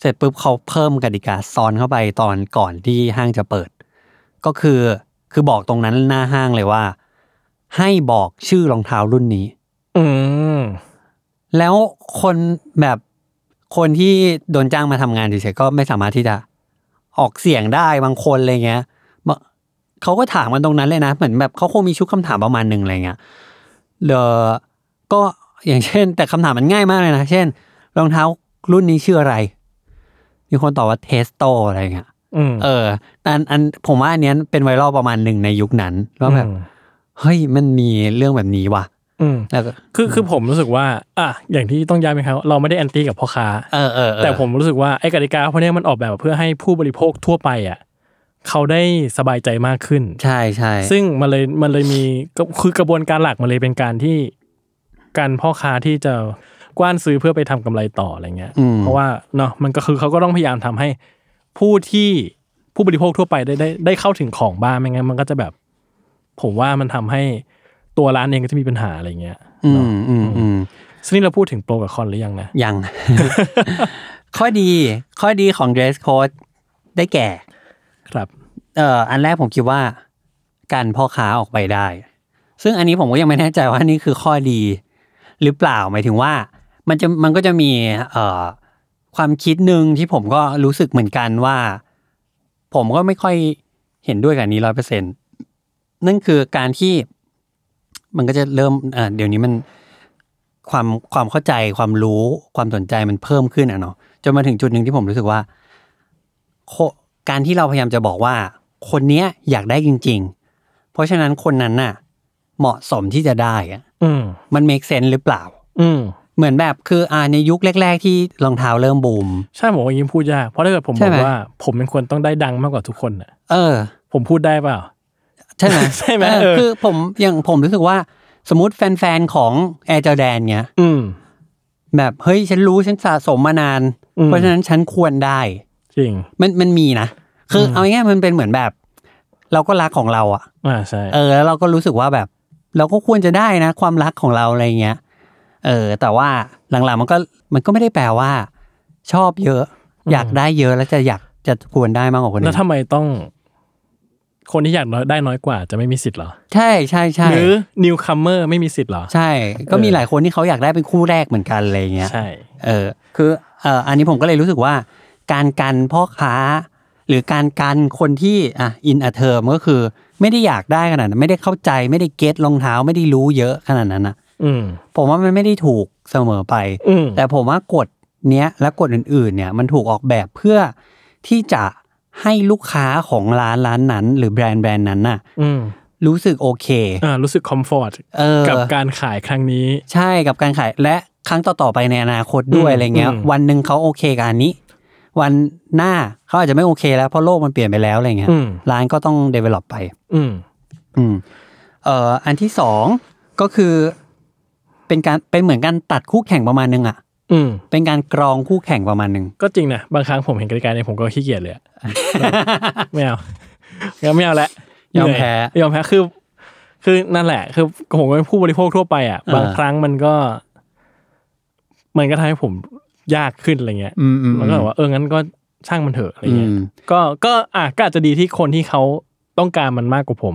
เสร็จปุ๊บเขาเพิ่มกติกาซ้อนเข้าไปตอนก่อนที่ห้างจะเปิด ก็คือคือบอกตรงนั้นหน้าห้างเลยว่า ให้บอกชื่อรองเท้ารุ่นนี้
อืม
แล้วคนแบบคนที่โดนจ้างมาทำงานเฉยๆก็ไม่สามารถที่จะออกเสียงได้บางคนอะไรเงี้ยบะเขาก็ถามกันตรงนั้นเลยนะ เหมือนแบบเขาคงมีชุดคำถามประมาณหนึ่งอะไรเงี้ยเดอก็อย่างเช่น แต่คำถามมันง่ายมากเลยนะ เช่น รองเท้ารุ่นนี้ชื่ออะไร มีคนตอบว่าเทสโตอะไรเงี้ย
อืม
เออแต่อันอันผมว่าอันเนี้ยเป็นไวรัลประมาณหนึ่งในยุคนั้นว่าแบบเฮ้ยมันมีเรื่องแบบนี้ว่ะ
อืม
แล้วก็
คือคือผมรู้สึกว่า อ่ะ อย่างที่ต้องย้ำไหมครับ เราไม่ได้แอนตี้กับพ่อค้า
เออเออเออ
แต่ผมรู้สึกว่าไอ้กติกาพวกเนี้ยมันออกแบบเพื่อให้ผู้บริโภคทั่วไปอ่ะเขาได้สบายใจมากขึ้น
ใช่ใช่
ซึ่งมันเลยมันเลยมีก็คือกระบวนการหลักมันเลยเป็นการที่การพ่อค้าที่จะกว้านซื้อเพื่อไปทำกำไรต่ออะไรเงี้ย
อืม
เพราะว่าเนาะมันก็คือเขาก็ต้องพยายามทำให้ผู้ที่ผู้บริโภคทั่วไปได้ได้ได้เข้าถึงของบ้างไม่งั้นมันก็จะแบบ ผมว่ามันทำให้ตัวร้านเองก็จะมีปัญหาอะไรเงี้ย
อืมอืมอืม
ซึ่งนี่เราพูดถึงโปรกับคอนหรือยังนะ
ยัง ข้อดีข้อดีของ dress code ได้แก่
ครับ
เอ่ออันแรกผมคิดว่าการพ่อค้าออกไปได้ ซึ่งอันนี้ผมก็ยังไม่แน่ใจว่านี่คือข้อดีหรือเปล่าหมายถึงว่า มันจะมันก็จะมีเอ่อความคิดหนึ่งที่ผมก็รู้สึกเหมือนกันว่า ผมก็ไม่ค่อยเห็นด้วยกับอันนี้ร้อยเปอร์เซ็นนั่นคือการที่มันก็จะเริ่มเอ่อเดี๋ยวนี้มันความความเข้าใจความรู้ความสนใจมันเพิ่มขึ้นอ่ะเนาะจนมาถึงจุดหนึ่งที่ผมรู้สึกว่า โคการที่เราพยายามจะบอกว่า คนเนี้ยอยากได้จริง ๆ เพราะฉะนั้นคนนั้นน่ะ เหมาะสมที่จะได้อะ
อืม
มัน make sense หรือเปล่า
อืม
เหมือนแบบคืออ่าในยุคแรก ๆ ที่รองเท้าเริ่มบูม
ใช่ผมว่าอย่างนี้พูดยากเพราะถ้าเกิดผม
ใช่
บอ
ไหม
กว่า ผมเป็นคนต้องได้ดังมากกว่าทุกคนน่ะ
เออ
ผมพูดได้เปล่า
ใช่ไหม
ใช่ไหม
เออ
เออ
คือผมอย่างผมรู้สึกว่า สมมติแฟน ๆ ของแอร์จอแดนเนี้ย
อืม
แบบเฮ้ย ฉันรู้ฉันสะสมมานาน
อืม
เพราะฉะนั้นฉันควรได้
จริง
มันมันมีนะ คืออเอาง่ายๆมันเป็นเหมือนแบบ เราก็รักของเราอะ
อ่าใช่
เออแล้วเราก็รู้สึกว่าแบบ เราก็ควรจะได้นะ ความรักของเราอะไรเงี้ยเออ แต่ว่าหลังๆมันก็มันก็ไม่ได้แปลว่า ชอบเยอะ อยากได้เยอะแล้วจะอยากจะควรได้มากกว่าคน
แล้
อื่
วน ทำไมต้อง คนที่อยากน้อยได้น้อยกว่าจะไม่มีสิทธิ์เหรอ
ใช่ใช่ใช่
หรือ newcomer ไม่มีสิทธิ์เหรอ
ใช่ ก็มี
เออ
หลายคนที่เขาอยากได้เป็นคู่แรกเหมือนกันอะไรเงี้ย
ใช่
เออคือเอออันนี้ผมก็เลยรู้สึกว่า การกันพ่อค้า หรือการกันคนที่อ่ะอินอเทอมก็คือ ไม่ได้อยากได้ขนาดนั้นไม่ได้เข้าใจไม่ได้เก็ตรองเท้าไม่ได้รู้เยอะขนาดนั้นนะ
อืม
ผมว่ามันไม่ได้ถูกเสมอไป
อืม
แต่ผมว่ากฎเนี้ยและกฎอื่นๆเนี่ยมันถูกออกแบบเพื่อที่จะให้ลูกค้าของร้านร้านนั้น หรือแบรนด์แบรนด์นั้นน่ะ
อืม
รู้สึกโอเค
อ่ารู้สึกคอมฟอร์ต
เออ
กับการขายครั้งนี้
ใช่กับการขายและครั้งต่อ ๆ ไปในอนาคตด้วย
อืม
อะไรเงี้ย
อืม
วันหนึ่งเขาโอเคกับอันนี้ วันหน้าเขาอาจจะไม่โอเคแล้วเพราะโลกมันเปลี่ยนไปแล้วอะไรเงี้ย
อืม
ร้านก็ต้อง develop ไป
อืม
อืมเอ่ออันที่สองก็คือ เป็นการเป็นเหมือนการตัดคู่แข่งประมาณนึงอะ
อืม
เป็นการกรองคู่แข่งประมาณนึง
ก็จริงนะ บางครั้งผมเห็นกติกาเนี่ยผมก็ขี้เกียจเลยอะ ไม่เอางั้นไม่เอาละ
ยอมแพ้
เหนื่อยยอมแพ้คือ คือนั่นแหละ คือผมเป็นผู้บริโภคทั่วไปอ่ะ
อ่า
บางครั้งมันก็ มันก็ทำให้ผมยากขึ้นอะไรเงี้ย
อืมอืม
มันก็แบบว่าเอองั้นก็ช่างมันเถอะอะไร
อื
เงี้ย
ม
ก็ก็อ่ะก็อาจจะดีที่คนที่เขาต้องการมันมากกว่าผม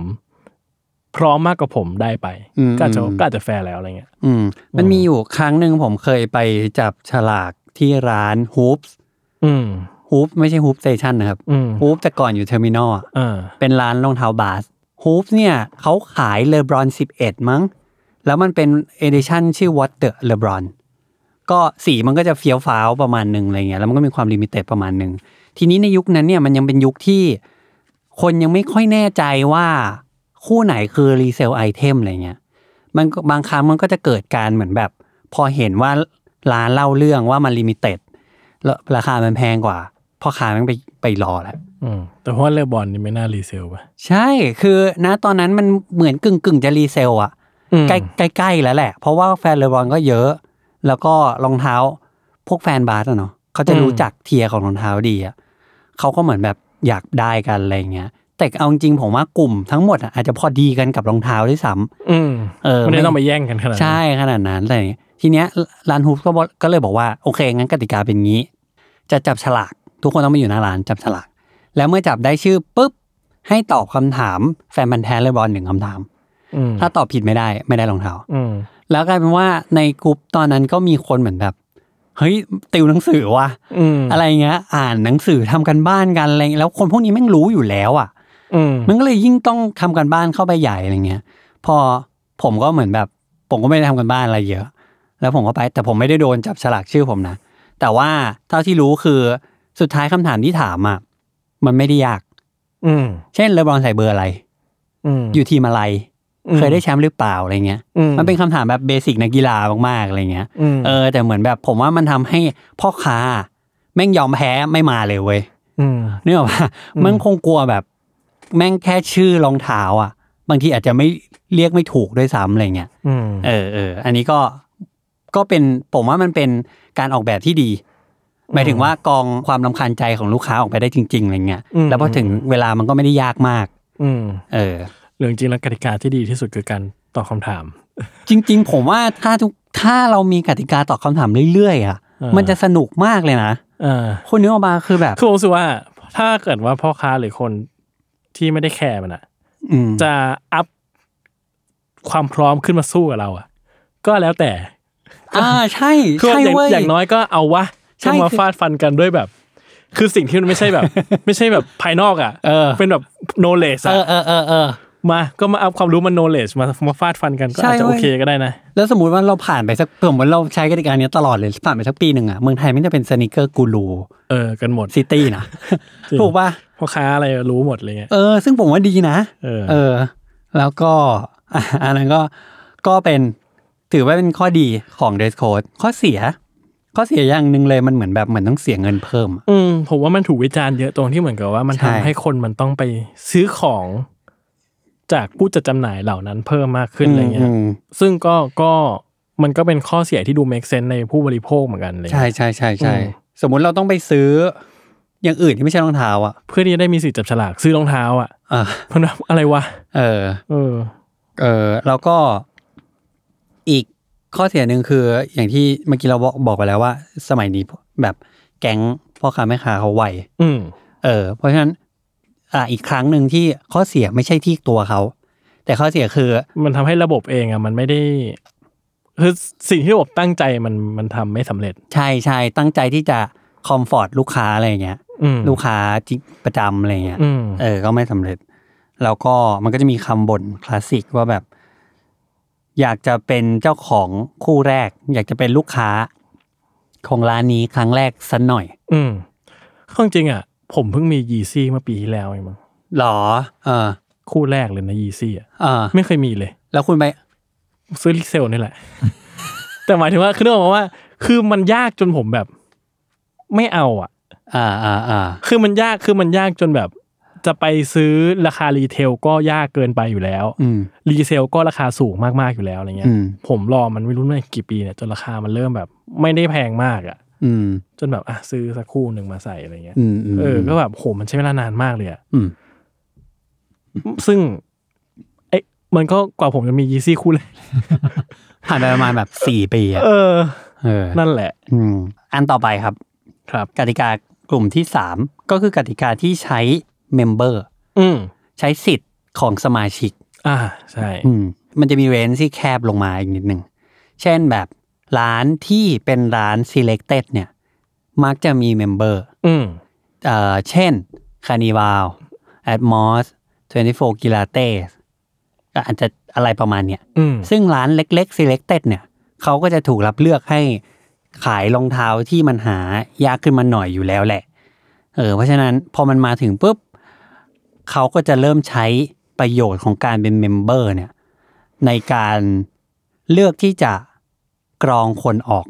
พร้อมมากกว่าผมได้ไป
อืม
ก็อาจจะก็อาจจะแฟร์แล้วอะไรเงี้ย
อืมมันมีอยู่ครั้งหนึ่งผมเคยไปจับฉลากที่ร้าน Hoops
อืม
Hoops ไม่ใช่ Hoop Station นะครับ
อืม
Hoops แต่ก่อนอยู่เทอร์มินอล
อ่า
เป็นร้านรองเท้าบาสฮูฟเนี่ยเขาขายเลบรอน11 มั้ง แล้วมันเป็นเอดิชันชื่อ What the LeBron ก็สีมันก็จะเฟี้ยวฟ้าวประมาณหนึ่งอะไรเงี้ยแล้วมันก็มีความลิมิเต็ดประมาณหนึ่ง ทีนี้ในยุคนั้นเนี่ยมันยังเป็นยุคที่ คนยังไม่ค่อยแน่ใจว่าคู่ไหนคือรีเซลไอเทมอะไรเงี้ยมันก็บางครั้งมันก็จะเกิดการเหมือนแบบ พอเห็นว่าร้านเล่าเรื่องว่ามันลิมิเต็ดแล้วราคามันแพงกว่าพ่อค้ามันไปไปรอแล้ว
อืม แต่เพราะว่าเลบอนนี่ไม่น่ารีเซลป่ะ
ใช่ คือณตอนนั้นมันเหมือนกึ่งกึ่งๆจะรีเซลอะ
อืม
ใกล้ใกล้ๆแล้วแหละ เพราะว่าแฟนเลบรอนก็เยอะ แล้วก็รองเท้าพวกแฟนบาสอะเนาะเขาจะรู้จักเทียร์ของรองเท้าดีอะเขาก็เหมือนแบบอยากได้กันอะไรเงี้ย แต่เอาจริงๆผมว่ากลุ่มทั้งหมดอะอาจจะพอดีกันกับรองเท้าด้วยซ้ำ
อืม
เออ
ไม่ได้ต้องมาแย่งกันขนาดนั้น
ใช่ขนาดนั้นอะไรอย่างเลยทีเนี้ยร้านฮูฟก็บอกก็เลยบอกว่าโอเคงั้นกติกาเป็นงี้ จะจับฉลาก ทุกคนต้องมาอยู่หน้าร้านจับฉลาก แล้วเมื่อจับได้ชื่อปุ๊บ ให้ตอบคำถามแฟนบันธุ์แท้เลบอลหนึ่งคำถาม
อืม
ถ้าตอบผิดไม่ได้ไม่ได้รองเท้า
อืม
แล้วกลายเป็นว่าในกลุ่มตอนนั้นก็มีคนเหมือนแบบ เฮ้ยติวหนังสือว่ะ
อืม
อะไรเงี้ย อ่านหนังสือทำกันบ้านกันอะไรเงี้ยแล้วคนพวกนี้แม่งรู้อยู่แล้วอ่ะ
อืม
มันก็เลยยิ่งต้องทำกันบ้านเข้าไปใหญ่อะไรเงี้ย พอผมก็เหมือนแบบ ผมก็ไม่ได้ทำกันบ้านอะไรเยอะ แล้วผมก็ไป แต่ผมไม่ได้โดนจับฉลากชื่อผมนะ แต่ว่าเท่าที่รู้คือสุดท้ายคำถามที่ถามอ่ะมันไม่ได้ยาก
อืม
เช่นเลบรอนใส่เบอร์อะไร
อืม
อยู่ทีมอะไร
อืม
เคยได้แชมป์หรือเปล่าอะไรเงี้ย
อื
มันเป็นคำถามแบบเบสิกนักกีฬามากๆอะไรเงี้ย
ม
เออแต่เหมือนแบบผมว่ามันทำให้พ่อค้าแม่งยอมแพ้ไม่มาเลยเว้ย
ม
นึกออกปะ
อืม
มันคงกลัวแบบ แม่งแค่ชื่อรองเท้าอ่ะ บางทีอาจจะไม่เรียกไม่ถูกด้วยซ้ำอะไรเงี้ย
อืม
เออเอออันนี้ก็ก็เป็นผมว่ามันเป็นการออกแบบที่ดี หมายถึงว่ากองความลำคาญใจของลูกค้าออกไปได้จริงๆอะไรเงี้ยแล้วพอถึงเวลามันก็ไม่ได้ยากมาก
อืม
เออ
เรื่องจริงแล้วกติกาที่ดีที่สุดคือการตอบคำถาม
จริง ๆ ผมว่าถ้าทุกถ้าเรามีกติกาตอบคำถามเรื่อยๆอ่ะ
เออ
มันจะสนุกมากเลยนะ
เออ
คุณนึกออกมาคือแบบ
คือผมรู้สึกว่า ถ้าเกิดว่าพ่อค้าหรือคนที่ไม่ได้แคร์มันอะ
อืม
จะอัพความพร้อมขึ้นมาสู้กับเราอะก็แล้วแต่
อ่าใช่
คือ
ใช่
อย่าง
เว้ย
อย่างน้อยก็เอาวะ
ใช่
ก็มา
คือ
ฟาดฟันกันด้วยแบบ คือสิ่งที่มันไม่ใช่ แบบ ไม่ใช่แบบภายนอกอะ
เออ
เป็นแบบโนเลส
เอ
อะ
อเออเออเออ
มาก็มาอัพความรู้มันโนเลสมามาฟาดฟันกันก็อาจจะ
ใช่เว้ย
โอเคก็ได้นะ
แล้วสมมติว่าเราผ่านไปสักสมมติเราใช้กติกาเนี้ยตลอดเลยผ่านไปสักปีหนึ่งอะเมืองไทยไม่ได้เป็นสนิเกอร์กูรู
เออ กันหมด
ซิตี้นะ
จริง
ถูกป่ะ
พ่อค้าอะไรรู้หมดเลยไง
เออ ซึ่งผมว่าดีนะ
เออ
เออ แล้วก็ อ่ะอันนั้นก็ก็เป็นถือว่าเป็นข้อดีของเดสโค d ดข้อเสีย ข้อเสียอย่างหนึ่งเลยมันเหมือนแบบเหมือนต้องเสียเงินเพิ่มอะ
อืมผมว่ามันถูกวิจารณ์เยอะตรงที่เหมือนกับว่ามัน
ใช่
ทำให้คนมันต้องไปซื้อของจากผู้จัดจำหน่ายเหล่านั้นเพิ่มมากขึ้นอะไรเงี้ย
ม
ซึ่งก็ก็มันก็เป็นข้อเสียที่ดู make sense ในผู้บริโภคเหมือนกันเลย
ใช่ใช่ใช่ใช่
อืม
สมมุติเราต้องไปซื้อ อย่างอื่นที่ไม่ใช่รองเท้าอ่ะ
เพื่อที่จะได้มีสิทธิ์จับฉลากซื้อรองเท้าอ่ะ
อ่ะ
เพราะว่าอะไรวะ
เออ
เออ
เออแล้วก็อีกข้อเสียหนึ่งคืออย่างที่เมื่อกี้เราบอกบอกไปแล้วว่า สมัยนี้แบบแก๊งพ่อค้าแม่ค้าเขาไว
อืม
เออเพราะฉะนั้นอ่าอีกครั้งหนึ่งที่ข้อเสียไม่ใช่ที่ตัวเขา แต่ข้อเสียคือ
มันทำให้ระบบเองอ่ะมันไม่ได้คือสิ่งที่ระบบตั้งใจมันมันทำไม่สำเร็จ
ใช่ใช่ตั้งใจที่จะคอมฟอร์ตลูกค้าอะไรอย่างเงี้ย
อืม
ลูกค้าที่ประจำอะไรเงี้ย
อืม
เออ ก็ไม่สำเร็จ แล้วก็มันก็จะมีคำบ่นคลาสสิกว่าแบบ อยากจะเป็นเจ้าของคู่แรก อยากจะเป็นลูกค้า ของร้านนี้ครั้งแรกสันหน่อย
อืมข้อจริงอ่ะ ผมเพิ่งมียีซี่เมื่อปีที่แล้วเองมั้ง
หรอ เออ
คู่แรกเลยนะยีซี่อ่ะ
เออ
ไม่เคยมีเลย
แล้วคุณไป
ซื้อลิเซลนี่แหละ แต่หมายถึงว่าคือเรื่องมาว่า คือมันยากจนผมแบบ ไม่เอาอ่ะ
อ่าอ่าอ่า
คือมันยากคือมันยากจนแบบ จะไปซื้อราคารีเทลก็ยากเกินไปอยู่แล้ว
อืม
รีเซลก็ราคาสูงมาก ๆ อยู่แล้วอะไรเงี้
อื
ย
ม
ผมรอมันไม่รู้เมื่อกี่ปีเนี่ยจนราคามันเริ่มแบบ ไม่ได้แพงมากอ่ะ
อืม
จนแบบอ่ะซื้อสักคู่หนึ่งมาใส่อะไรเงี้ย
อืมอืม
เออ ก็แบบโหมันใช้เวลานานมากเลยอะ
อืม
ซึ่งเอ้มันก็กว่าผมจะมียีซี่คู่เลย
ผ่านไปประมาณแบบสี่ปีอะ
เออ
เออ
นั่นแหละ
อืม อันต่อไปครับ
ครับ
กติกากลุ่มที่สามก็คือกติกาที่ใช้เมมเบอร์
อืม
ใช้สิทธิ์ของสมาชิก
อ่าใช่
อืมมันจะมีเรนจ์ที่แคบลงมาอีกนิดหนึ่ง เช่นแบบร้านที่เป็นร้าน selected เนี่ย มักจะมีเมมเบอร์
อืม
เอ่อเช่น Carnival Atmos 24 g i l a t e ก็อาจจะอะไรประมาณเนี่ย
อืม
ซึ่งร้านเล็กๆ selected เนี่ยเขาก็จะถูกรับเลือกให้ขายรองเท้าที่มันหายากขึ้นมาหน่อยอยู่แล้วแหละ เออ เพราะฉะนั้นพอมันมาถึงปุ๊บเขาก็จะเริ่มใช้ประโยชน์ของการเป็นเมมเบอร์เนี่ยในการเลือกที่จะกรองคนออก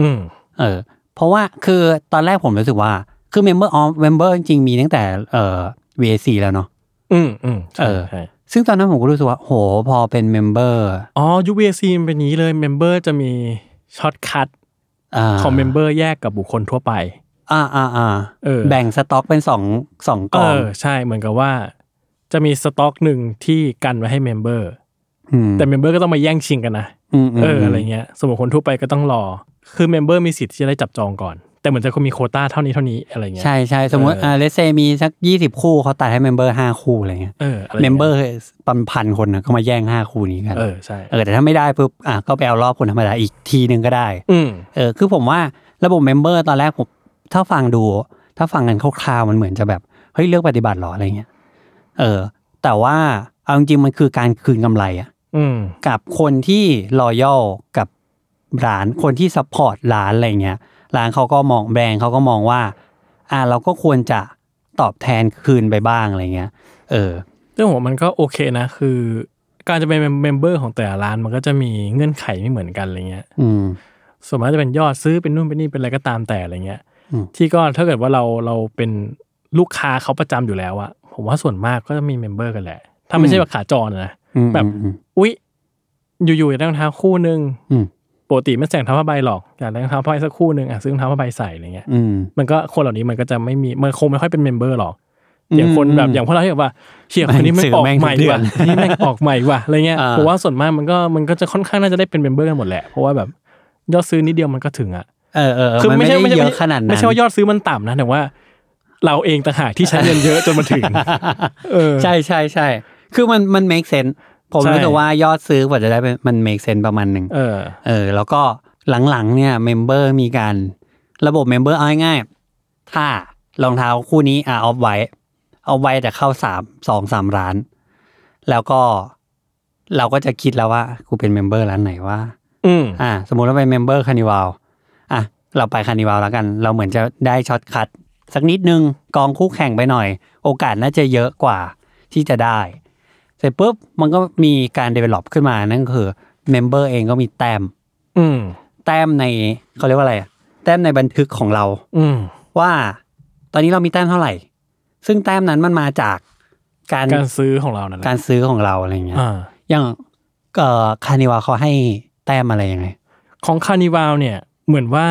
อืม
เออ เพราะว่าคือตอนแรกผมรู้สึกว่า คือเมมเบอร์ออเมมเบอร์จริงๆ มีตั้งแต่เอ่อ VAC แล้วเนาะ
อืมอืมใช่
เออ
ใช่
ซึ่งตอนนั้นผมก็รู้สึกว่า โห พอเป็นเมมเบอร์
อ๋อ UVC มันเป็นอย่างนี้เลย เมมเบอร์จะมีช็อตคัท
า
ของเมมเบอร์แยกกับบุคคลทั่วไป
อ่าอ่าอ่า
เออ
แบ่งสต็อกเป็นสองสองก
เอ
อง
อ ใช่เหมือนกับว่า จะมีสต็อกหนึ่งที่กันไว้ให้เมมเบอร์
อืม
แต่เมมเบอร์ก็ต้องมาแย่งชิงกันนะ
มม
เออ อะไรเงี้ยสมมติคนทั่วไปก็ต้องรอ คือเมมเบอร์มีสิทธิ์ที่จะได้จับจองก่อน แต่เหมือนจะคงมีโควต้าเท่านี้เท่านี้อะไรเงี้ย
ใช่ใช่สมมติ
เอออ่
อ่าเลเซมีสักยี่สิบคู่เขาตัดให้เมมเบอร์ห้าคู่อะไรเงี้ย
เอออะไร
เม
งี้ย
มเบอร์ปันพันคนนะก็มาแย่งห้าคู่นี้กัน
เออ ใช่
เออแต่ถ้าไม่ได้ปุ๊บอ่ะก็ไปเอารอบคนธรรมดาอีกทีหนึ่งก็ได้
อืม
เออคือผมว่าระบบเมมเบอร์ตอนแรกผมถ้าฟังดู ถ้าฟังกันคร่าวๆมันเหมือนจะแบบ เฮ้ยเลือกปฏิบัติเหรออะไรเงี้ยเออ แต่ว่าเอาจริงๆมันคือการคืนกำไรอะ
อืม
กับคนที่รอยอ l กับร้านคนที่ซัพพอร์ตร้านอะไรเงี้ยร้านเขาก็มองแบรนด์เขาก็มองว่า อ่าเราก็ควรจะตอบแทนคืนไปบ้างอะไรเงี้ย เออ
ซึ่งผมว่ามันก็โอเคนะ คือ การจะเป็นเมมเบอร์ของแต่ละร้านมันก็จะมีเงื่อนไขไม่เหมือนกันอะไรเงี้ย
อืม
ส่วนมากจะเป็นยอดซื้อเป็นนู่นเป็นนี่เป็นอะไรก็ตามแต่อะไรเงี้ย
อืม
ที่ก็ถ้าเกิดว่าเราเราเป็นลูกค้าเขาประจำอยู่แล้วอะผมว่าส่วนมากก็จะมีเมมเบอร์กันแหละ ถ้าไม่ใช่แบบขาจรนะ
อืม
แบบ
อืม
อุ๊ย อยู่ๆอยากได้รองเท้าคู่หนึ่ง
อืม
ปกติไม่แต่งเท้าผ้าใบหรอกอยากได้รองเท้าผ้าใบสักคู่หนึ่งอ่ะซื้อรองเท้าผ้าใบใส่อะไรเงี้ย
อืม
มันก็คนเหล่านี้มันก็จะไม่มีมันคงไม่ค่อยเป็นเมมเบอร์หรอกอย่างคนแบบอย่างพวกเราที่แบบว่าเชียร์คนนี้ไม่
สื่อ
ออก
แม่ง
ใหม่
ทุกเดือ
ว่ะ
น
นี่แม่งออกใหม่ว่ะอะไรเงี้ย
อ่า
ผมว่าส่วนมากมันก็มันก็จะค่อนข้างน่าจะได้เป็นเมมเบอร์กันหมดแหละเพราะว่าแบบยอดซื้อนิดเดียวมันก็ถึงอะ
เออเออเออ
คือ
มัน
ไม่
ไม่
ใช่
ได้
ไม่ใช่
เยอะขนาดนั้น
ไม่ใช่ว่ายอดซื้อมันต่ำนะแต่ว่า เราเองต่างหากที่ใช้เงินเยอะจนมันถึ ง เออ
ใช่ใช่ใช่คือมันมัน make sense ผม
ใช่
รู้สึกว่ายอดซื้อกว่าจะได้เป็นมัน make sense ประมาณหนึ่ง
เออ
เออแล้วก็หลังๆเนี่ยเมมเบอร์มีการระบบเมมเบอร์เอาง่ายๆถ้ารองเท้าคู่นี้อ่ะออฟไว้เอาไว้แต่เข้าสามสองสามร้าน แล้วก็เราก็จะคิดแล้วว่ากูเป็นเมมเบอร์ร้านไหนว่า
อืม
อ่ะสมมุติว่าเป็นเมมเบอร์คานิวาลอ่ะเราไปคานิวาลแล้วกัน เราเหมือนจะได้ช็อตคัด สักนิดนึงกองคู่แข่งไปหน่อย โอกาสน่าจะเยอะกว่าที่จะได้ เสร็จปุ๊บมันก็มีการ develop ขึ้นมานั่นก็คือเมมเบอร์เองก็มีแต้ม
อืม
แต้มในเขาเรียกว่าอะไรอะแต้มในบันทึกของเรา
อืม
ว่าตอนนี้เรามีแต้มเท่าไหร่ ซึ่งแต้มนั้นมันมาจากการ
การซื้อของเรานั่นแหละ
การซื้อของเราอะไรเงี้ย
อ่า
อย่างเอ่อคานิวาเขาให้แต้มอะไรยังไง
ของคานิวาลเนี่ย เหมือนว่า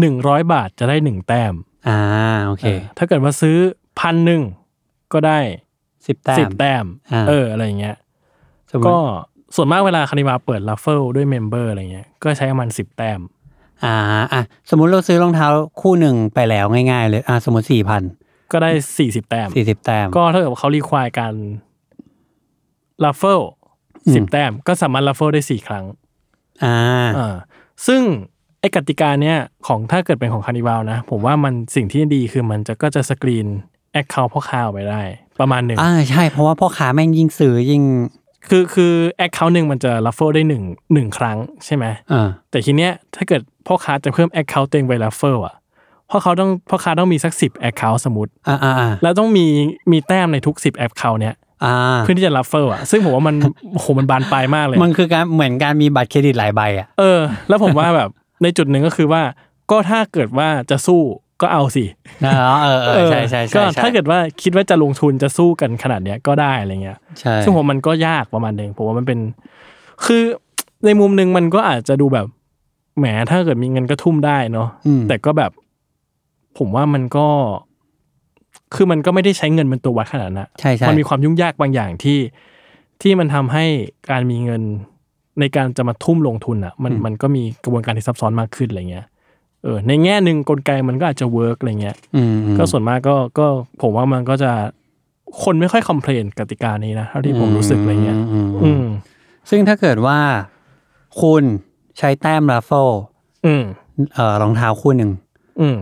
หนึ่งร้อยบาทจะได้หนึ่งแต้ม
อ่าโอเค
เออถ้าเกิดว่าซื้อพันหนึ่งก็ได้
สิบแต้
สิบ
ม
แต้ม
อ่า
เออ อะไรอย่างเงี้ย
สมมติ
ก็ส่วนมากเวลาคานิวาเปิดลัฟเฟิลด้วยเมมเบอร์อะไรเงี้ยก็ใช้ประมาณสิบแต้ม
อ่าอ่ะสมมติเราซื้อรองเท้าคู่หนึ่งไปแล้วง่ายๆเลยอ่ะสมมติสี่พัน
ก็ได้สี่สิบแต้ม
สี่สิบแต้ม
ก็ถ้าเกิดว่าเขารีควายการลัฟเฟิล
อืม
สิบแต้ม ก็สามารถลัฟเฟิลได้สี่ครั้ง
อ่า
อ่าซึ่งไอ กติกาเนี้ยของถ้าเกิดเป็นของคานิวาลนะ ผมว่ามันสิ่งที่ดีคือมันจะก็จะสกรีนแอคเคาท์พ่อค้าออกไปได้ ประมาณหนึ่ง
อ่าใช่เพราะว่าพ่อค้าแม่งยิ่งซื้อยิ่ง
คือคือแอคเคาท์หนึ่งมันจะรัฟเฟิลได้หนึ่งหนึ่งครั้งใช่ไหม
เออ
แต่ทีเนี้ยถ้าเกิดพ่อค้าจะเพิ่มแอคเคาท์เต็งไปรัฟเฟิลอ่ะพ่อเขาต้องพ่อค้าต้องมีสักสิบแอคเคาท์สมมติ
อ่าอ่าอ่า
แล้วต้องมีมีแต้มในทุกสิบแอคเคาท์เนี้ย
อ่า
เพื่อที่จะรัฟเฟิลอ่ะซึ่งผมว่ามัน โอ้โหมันบานปลายมากเลย
มันคือการเหมือนการมีบัตรเครดิตหลายใบอ่ะ
เออ แล้วผมว่าแบบในจุดหนึ่งก็คือว่า ก็ถ้าเกิดว่าจะสู้ก็เอาสิ
เออเออเออใช่ใช่ใช่
ก็
ใช่
ถ้าเกิดว่าคิดว่าจะลงทุนจะสู้กันขนาดเนี้ยก็ได้อะไรเงี้ย
ใช่
ซึ่งผมมันก็ยากประมาณหนึ่งผมว่ามันเป็น คือ ในมุมหนึ่งมันก็อาจจะดูแบบแหมถ้าเกิดมีเงินก็ทุ่มได้เนาะ
อืม
แต่ก็แบบ ผมว่ามันก็ คือมันก็ไม่ได้ใช้เงินเป็นตัววัดขนาดนั้นอะ
ใช่ใช่
มันมีความยุ่งยากบางอย่างที่ที่มันทำให้การมีเงินในการจะมาทุ่มลงทุนอะมันมันก็มีกระบวนการที่ซับซ้อนมากขึ้นอะไรเงี้ยเออในแง่หนึ่งกลไกมันก็อาจจะเวิร์กอะไรเงี้ย
อืมอืม
ก็ส่วนมากก็ก็ผมว่ามันก็จะคนไม่ค่อยคอมเพลนกติกานี้นะเท่าที่ผมรู้สึกอะไรเงี้ย
มอื
อื
ม
ม
ซึ่งถ้าเกิดว่าคุณใช้แต้มราโฟล
อืม
เอ่อรองเท้าคู่หนึ่ง
อืม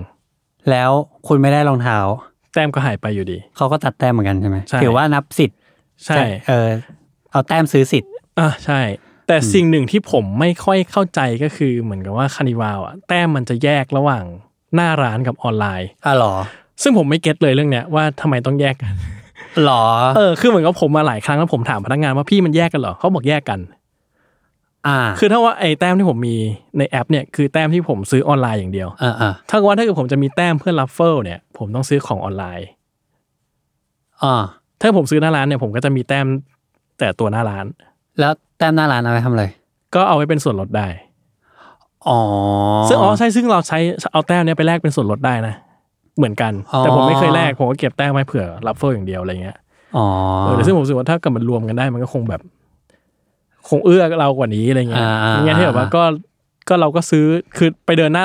แล้วคุณไม่ได้รองเท้า
แต้มก็หายไปอยู่ดี
เขาก็ตัดแต้มเหมือนกันใช่ไหม
ใช่
ถือว่านับสิทธิ์
ใช่
เออเอาแต้มซื้อสิทธิ์
อ่ะใช่ แต่สิ่งหนึ่งที่ผมไม่ค่อยเข้าใจก็คือเหมือนกับว่าคานิวาลอ่ะแต้มมันจะแยกระหว่างหน้าร้านกับออนไลน์
อ่ะหรอ
ซึ่งผมไม่เก็ตเลยเรื่องเนี้ยว่าทำไมต้องแยกกัน
หรอ
เออคือเหมือนกับผมมาหลายครั้งแล้วผมถามพนักงานว่าพี่มันแยกกันเหรอเขาบอกแยกกัน
อ่า
คือถ้าว่าไอ้แต้มที่ผมมีในแอปเนี่ยคือแต้มที่ผมซื้อออนไลน์อย่างเดียว
เออเออ
ถ้าว่าถ้าเกิดผมจะมีแต้มเพื่อรับเฟิลเนี่ย ผมต้องซื้อของออนไลน์
อ่า
ถ้าผมซื้อหน้าร้านเนี่ยผมก็จะมีแต้มแต่ตัวหน้าร้าน
แล้วแต้มหน้าร้านเอาไปทำอะไร
ก็เอาไว้เป็นส่วนลดได้
อ๋อ
ซึ่งอ๋อใช่ซึ่งเราใช้เอาแต้มเนี่ยไปแลกเป็นส่วนลดได้นะ เหมือนกัน
อ๋อ
แต่ผมไม่เคยแลกผมก็เก็บแต้มไว้เผื่อรับเฟิลอย่างเดียวอะไรเงี้ย
อ๋อ
เออแต่ซึ่งผมรู้สึกว่าถ้าเกิดมันรวมกันได้มันก็คงแบบ คงเอื้อเรากว่านี้อะไรเงี้ยอย่างเงี้ยที่แบบว่าก็ก็เราก็ซื้อคือไปเดินหน้า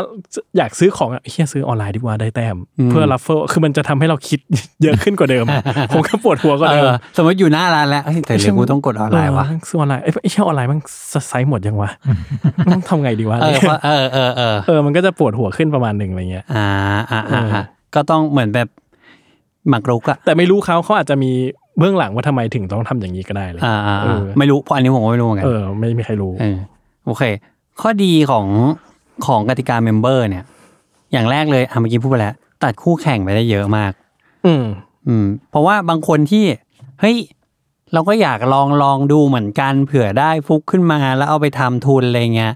อยากซื้อของอะเฮียซื้อออนไลน์ดีกว่าได้แต้ม เพื่อรับเฟิลคือมันจะทำให้เราคิด เยอะขึ้นกว่า เดิม ผมก็ปวดหัวกว่า
เอ
เดิม
อสมมติอยู่หน้าร้านแล้วเฮ้ยแต่เดี๋ยวกูต้องกดออนไลน์วะ
เออแม่งซื้อออนไลน์เอ้ยไอ้เช่ยออนไลน์มันไซส์หมดยัง วะ ต้องทำไงดีวะ
เออเพราะเออเออเออ
เออมันก็จะปวดหัวขึ้นประมาณหนึ่งอะไรเงี้ย
อ่าอ่าอ่า
เออ
อ่าก็ต้องเหมือนแบบหมักรุกอะ
แต่ไม่รู้เขาเขาอาจจะมีเบื้องหลังว่าทำไมถึงต้องทำอย่างนี้ก็ได้เลย
อ่าอ่า
เออ
ไม่รู้เพราะอันนี้ผมก็ไม่รู้เหมือนกั
เอน อ ไม่มีใครรู้
เออโอเค ข้อดีของของกติกาเมมเบอร์เนี่ย อย่างแรกเลยอ่ะเมื่อกี้พูดไปแล้ว ตัดคู่แข่งไปได้เยอะมาก
อืม
อืม เพราะว่าบางคนที่ เฮ้ย เราก็อยากลองลองดูเหมือนกันเผื่อได้ฟุกขึ้นมาแล้วเอาไปทำทุนอะไรเงี้ย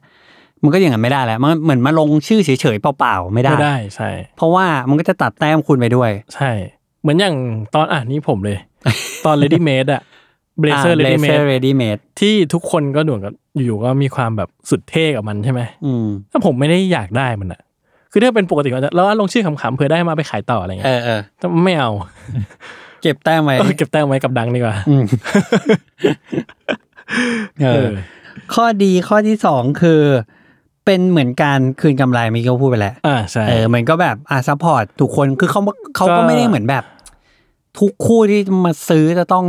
มันก็อย่างนั้นไม่ได้แหละมันเหมือนมาลงชื่อเฉยๆเปล่าๆไม่ได้
ไม่ได้ใช่
เพราะว่ามันก็จะตัดแต้มคุณไปด้วย
ใช่ เหมือนอย่างตอนอ่ะนี่ผม เลย ตอน Lady Made อะ Blazer Lady
Blazer
Made
ready made
ที่ทุกคนก็ด่วนกับอยู่ๆก็มีความแบบสุดเท่กับมันใช่ไหม
อืม
ถ้าผมไม่ได้อยากได้มันอะคือถ้าเป็นปกติก็จะแล้วลงชื่อขำๆเผื่อได้มาไปขายต่ออะไร
เอ
เงี้ย
อเออ
แต่ไม่เอา
เก็บแต้มไว้
เออเก็บแต้มไว้กับดังดีกว่า
อืมเอ
เอ
อ
อ
ข้อดีข้อที่สองคือ เป็นเหมือนการคืนกำไรเมอกีก็พูดไปแล้ว
อ่าใช่
เออมันก็แบบอ่ะซัพพอร์ตทุกคนคือเขาเขา
ก็
ก็ไม่ได้เหมือนแบบ ทุกคู่ที่มาซื้อจะต้อง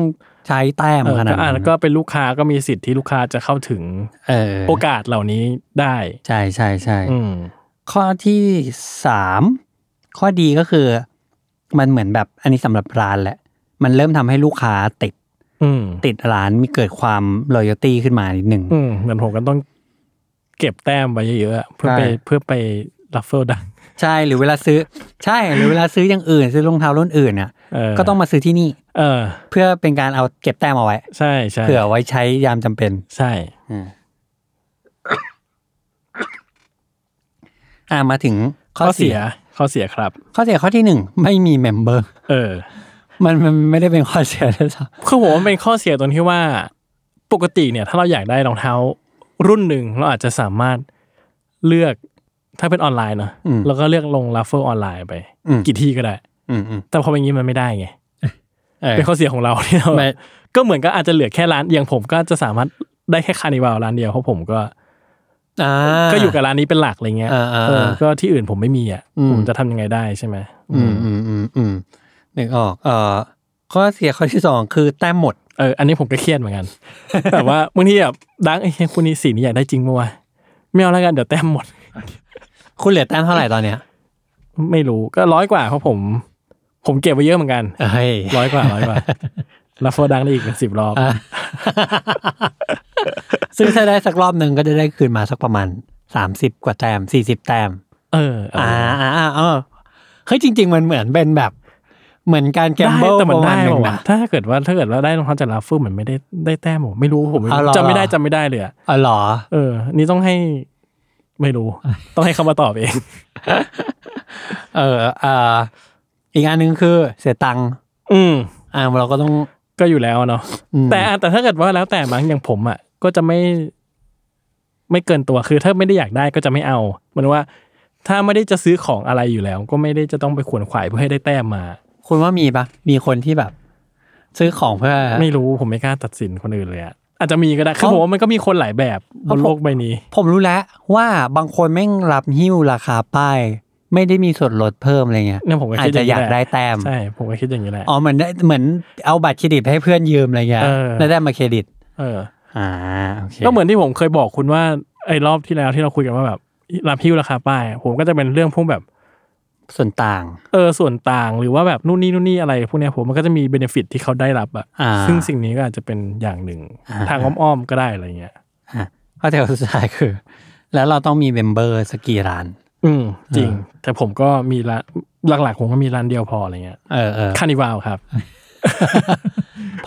ใช้แต้ม
เออ
ขนาด
ก็อ่า
นั้น
แล้วก็เป็นลูกค้าก็มีสิทธิ์ที่ลูกค้าจะเข้าถึง
เออ
โอกาสเหล่านี้ได้
ใช่ใช่ใช่
อืม
ข้อที่สามข้อดีก็คือ มันเหมือนแบบอันนี้สำหรับร้านแหละ มันเริ่มทำให้ลูกค้าติด
อืม
ติดร้านมีเกิดความ loyalty ขึ้นมานิดหนึ่ง
อืมเหมือนผมก็ต้องเก็บแต้มไว้เยอะๆเพื่อไป
ใช่
เพื่อไปรับเฟิลดัง
ใช่หรือเวลาซื้อ ใช่หรือเวลาซื้ออย่างอื่น ซื้อรองเท้ารุ่นอื่นอ่ะ
เ
ก็ต้องมาซื้อที่นี่
เออ
เพื่อเป็นการเอาเก็บแต้มเอาไว้
ใช่ใช่
เผื่อไว้ใช้ยามจำเป็น
ใช่
อ่ามาถึงข้
ข้
อ
อ
เสี
เสี
ย
ยข้อเสียครับ
ข้อเสียข้อที่หนึ่งไม่มีเมมเบอร์
เออ
มันมันไม่ได้เป็นข้อเสีย ด้วยซ้
คือผมว่ามันเป็นข้อเสียตรงที่ว่าปกติเนี่ย ถ้าเราอยากได้รองเท้ารุ่นหนึ่งเราอาจจะสามารถเลือกถ้าเป็นออนไลน์เนอะแล้วก็เลือกลงรัฟเฟิลออนไลน์ไป กี่ที่ก็ได้
ำอืมอืม
แต่พอเป็นอย่างนี้มันไม่ได้ไง
เออ
เป็นข้อเสียของเราที่เรา
ไม่
ก็เหมือนก็อาจจะเหลือแค่ร้านอย่างผมก็จะสามารถได้แค่คานิวาลร้านเดียวเพราะผมก็
อ่า
ก็อยู่กับร้านนี้เป็นหลักอะไรเงี้ย
อ่าอ่า
เออก็ที่อื่นผมไม่มีอ่ะ
อืม
ผมจะทำยังไงได้ใช่ไหม
อืมอืมอืมอืมนึกออกเอ่อข้อเสียข้อที่สองคือแต้มหมด
เอออันนี้ผมก็เครียดเหมือนกัน แต่ว่าบางทีแบบดังไอ้ยคุณนี่สีนี้อยากได้จริงปะวะไม่เอาแล้วกันเดี๋ยวแต้มหมด
คุณเหลือแต้มเท่าไหร่ตอนเนี้ย
ไม่รู้ก็ร้อยกว่าเพราะผม ผมเก็บไว้เยอะเหมือนกัน
เอ้ย
ร้อยกว่าร้อยกว่าแล้วโฟดังได้อีกเป็นสิบรอบ
อ่ะ ซึ่งถ้าได้สักรอบหนึ่งก็จะได้คืนมาสักประมาณสามสิบกว่าแต้มสี่สิบแต้ม
เออเออ
อ่า
อ
อ่าอ่าเออเฮ้ยจริง ๆ มันเหมือนเป็นแบบ เหมือนการแกม
ได้
เบิล
แต่มัน
ประมา
ได้
ณหนึ่
ป่าง วะ
นะ
ถ้าเกิดว่าถ้าเกิดว่าได้รองเท้าจากลาฟูเหมือนไม่ได้ได้แต้มผมไม่รู้ผมไม่
อ้าวเหร
รู้
อ
จำไม่ได้จำไม่ได้เลยอะ
อ๋อเหรอ
เออ นี่ต้องให้ไม่ รู้ ต้องให้เขามาตอบเอง
เอออ่าอีกอันหนึ่งคือเสียตังค์
อืม
อ่าเราก็ต้อง
ก็อยู่แล้วอะเนาะ
อืม
แต่อ่ะแต่ถ้าเกิดว่าแล้วแต่มั้งอย่างผมอ่ะก็จะไม่ ไม่เกินตัวคือถ้าไม่ได้อยากได้ก็จะไม่เอาเหมือนว่า ถ้าไม่ได้จะซื้อของอะไรอยู่แล้ว ก็ไม่ได้จะต้องไปขวนขวายเพื่อให้ได้แต้มมา
คุณว่ามีปะมีคนที่แบบ ซื้อของเพื่อ
ไม่รู้ผมไม่กล้าตัดสินคนอื่นเลยอะอาจจะมีก็ได้คือ
เขา
ผมว่ามันก็มีคนหลายแบบบ
เขา
น
ผม
โลกใบนี้
ผมรู้แล้วว่าบางคนแม่งรับหิ้วราคาป้าย ไม่ได้มีส่วนลดเพิ่มอะไรเงี้ย
เนี่ยผมก็
อา
คิ
จ
ดอ
จะ
ย่า
อ
งนี้
ยาก
แห
ได้
ละ
แต้ม
ใช่ผมก็คิดอย่างนี้แหละ
อ๋อเหมือนได้เหมือนเอาบัตรเครดิตให้เพื่อนยืมอะไรเงี้ย
เออ
แล้วได้มาเครดิต
เออ
อ่าโอเค
ก็เหมือนที่ผมเคยบอกคุณว่าไอ้รอบที่แล้วที่เราคุยกันว่าแบบรับหิ้วราคาป้าย ผมก็จะเป็นเรื่องพวกแบบ
ส่วนต่าง
เออส่วนต่างหรือว่าแบบนู่นนี่นู่นนี่อะไรพวกเนี้ยผมมันก็จะมีเบนฟิตที่เขาได้รับอะ
อ่า
ซึ่งสิ่งนี้ก็อาจจะเป็นอย่างหนึ่ง
อ่า
ทางอ้อมๆก็ได้อะไรเงี้ย
ข้อแต่สุดท้ายคือ แล้วเราต้องมีเมมเบอร์สักกี่ร้าน
อืมจริง
เออ
แต่ผมก็มีร้านหลักๆ ผมก็มีร้านเดียวพออะไรเงี้ย
เออเออ
คานิวาวครับ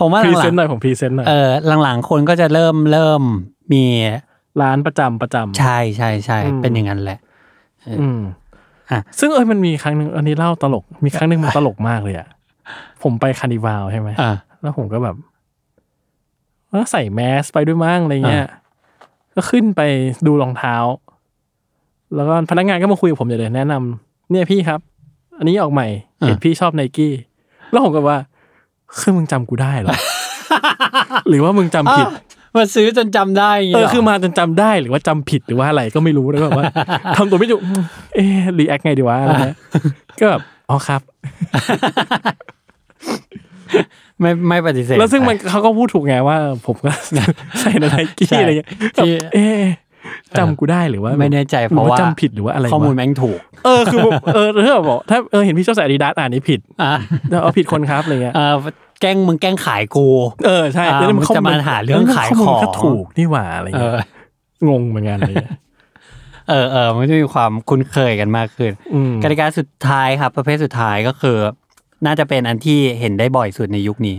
ผมว่า
พรี
หลั
เซน
ง
ต์หน่อยผมพรีเซนต์หน่อย
ๆเออหลังๆคนก็จะเริ่มเริ่มมี
ร้านประจำประจำ
ใช่ใช่ใช่
อืม
เป็นอย่างนั้นแหละ
อืม
อ่ะ
ซึ่งเอ้ยมันมีครั้งหนึ่งอันนี้เล่าตลก มีครั้งหนึ่งมันตลกมากเลยอะผมไปคานิวาวใช่ไหม
อ่า
แล้วผมก็แบบว่าใส่แมสไปด้วยมั้งอะไรเงี้ย
อ่า
ก็ขึ้นไปดูรองเท้า แล้วก็พนักงานก็มาคุยกับผมเดี๋ยวเลยแนะนำเนี่ยพี่ครับ อันนี้ออกใหม่เห็นพี่ชอบไนกี้แล้วผมก็ว่าคือมึงจำกูได้ เหรอ หรือว่ามึงจำผิด
มาซื้อจนจำได้ย่าง
เอ
งี้
อ
หร
คือมาจนจำได้หรือว่าจำผิดหรือว่าอะไรก็ไม่รู้แล้วก็แบบว่า ทำตัวไม่ถูกอืมเอ๊ะรีแอคไงดีวะอะไร เงี้ยก็แบบอ๋อครับ
ไม่ไม่ปฏิเสธ
แล้วซึ่งมันเขาก็พูดถูกไงว่า ผมก็ ใส่นาไน
ใช่
กี้อะไรเงี้ย
ที่
แบบเอ๊ะจำกูได้หรือว่า
ไม่แน่ใจ
ห
เพ
อ
ราะว่า
จำผิดหรือว่าอะไรวะ
ข้อมูลแม่งถูก
เออคือผมเออเธอบอกถ้าเออเห็นพี่ชอบใส่อาดิดาสอ่านนี่ผิด
อ่า
แล้วเอาผิดคนครับอะไรเงี้ย
เออแกล้งมึงแกล้งขายกู
เออใช่
อ่า
แล้ว
มึงจะมาหาเรื่องขาย
ข้มูล
ของ
ก็ถูกนี่หว่าอะไร
เอ
เงี้ย
อ
งงเหมือนกันอะไร เงี้ย
เออเออมันจะมีความคุ้นเคยกันมากขึ้น
อืม
กติกาสุดท้ายครับ ประเภทสุดท้ายก็คือ น่าจะเป็นอันที่เห็นได้บ่อยสุดในยุคนี้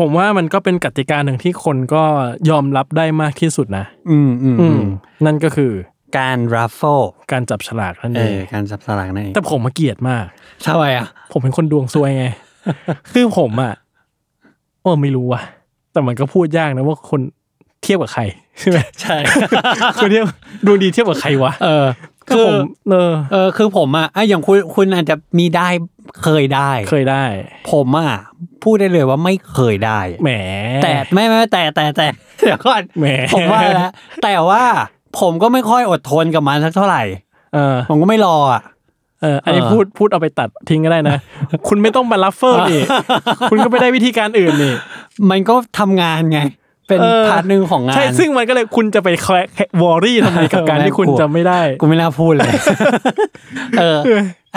ผมว่ามันก็เป็นกติกาหนึ่งที่คนก็ยอมรับได้มากที่สุดนะ
อืมอืม
อื
อืม
มนั่นก็คือ
การรัฟเฟล
การจับฉลากนั่น
เอ
เอ
อง การสับสลากนั่นเอง
แต่ผมมาเกลียดมาก
ทำไมอ่ะ
ผมเป็นคนดวงซวยไง คือผมอ่ะโอ้ไม่รู้ว่ะ แต่มันก็พูดยากนะว่าคนเทียบ กับใครใช่ไหม
ใช่
คนเทียบดวงดีเทียบกับใครวะ
เออ
คื
คือ อ
ผมเออ
เออคือผมอ่ะอ่ะอย่างคุณคุณอาจจะมีได้เคยได้
เคยได้
ผมอ่ะพูดได้เลยว่าไม่เคยได้
แหม
แต่ไม่ไม่แต่แต่แต่เดี๋ยวก่อน
แหม
ผมว่าแล้วแต่ว่าผมก็ไม่ค่อยอดทนกับมันสักเท่าไหร่
เออ
ผมก็ไม่รออ่ะ
เอออันนี้
เออ
พูดพูดเอาไปตัดทิ้งก็ได้นะ คุณไม่ต้องมาลัฟเฟอร์ นี่ คุณก็ไปได้วิธีการอื่นนี่
มันก็ทำงานไง เป็น
เออ
พาร์ทหนึ่งของงาน
ใช่ซึ่งมันก็เลยคุณจะไปแควะวอรี่ทำไมกับการที่คุณจะไม่ได้
กูไม่น่าพูดเลย เออ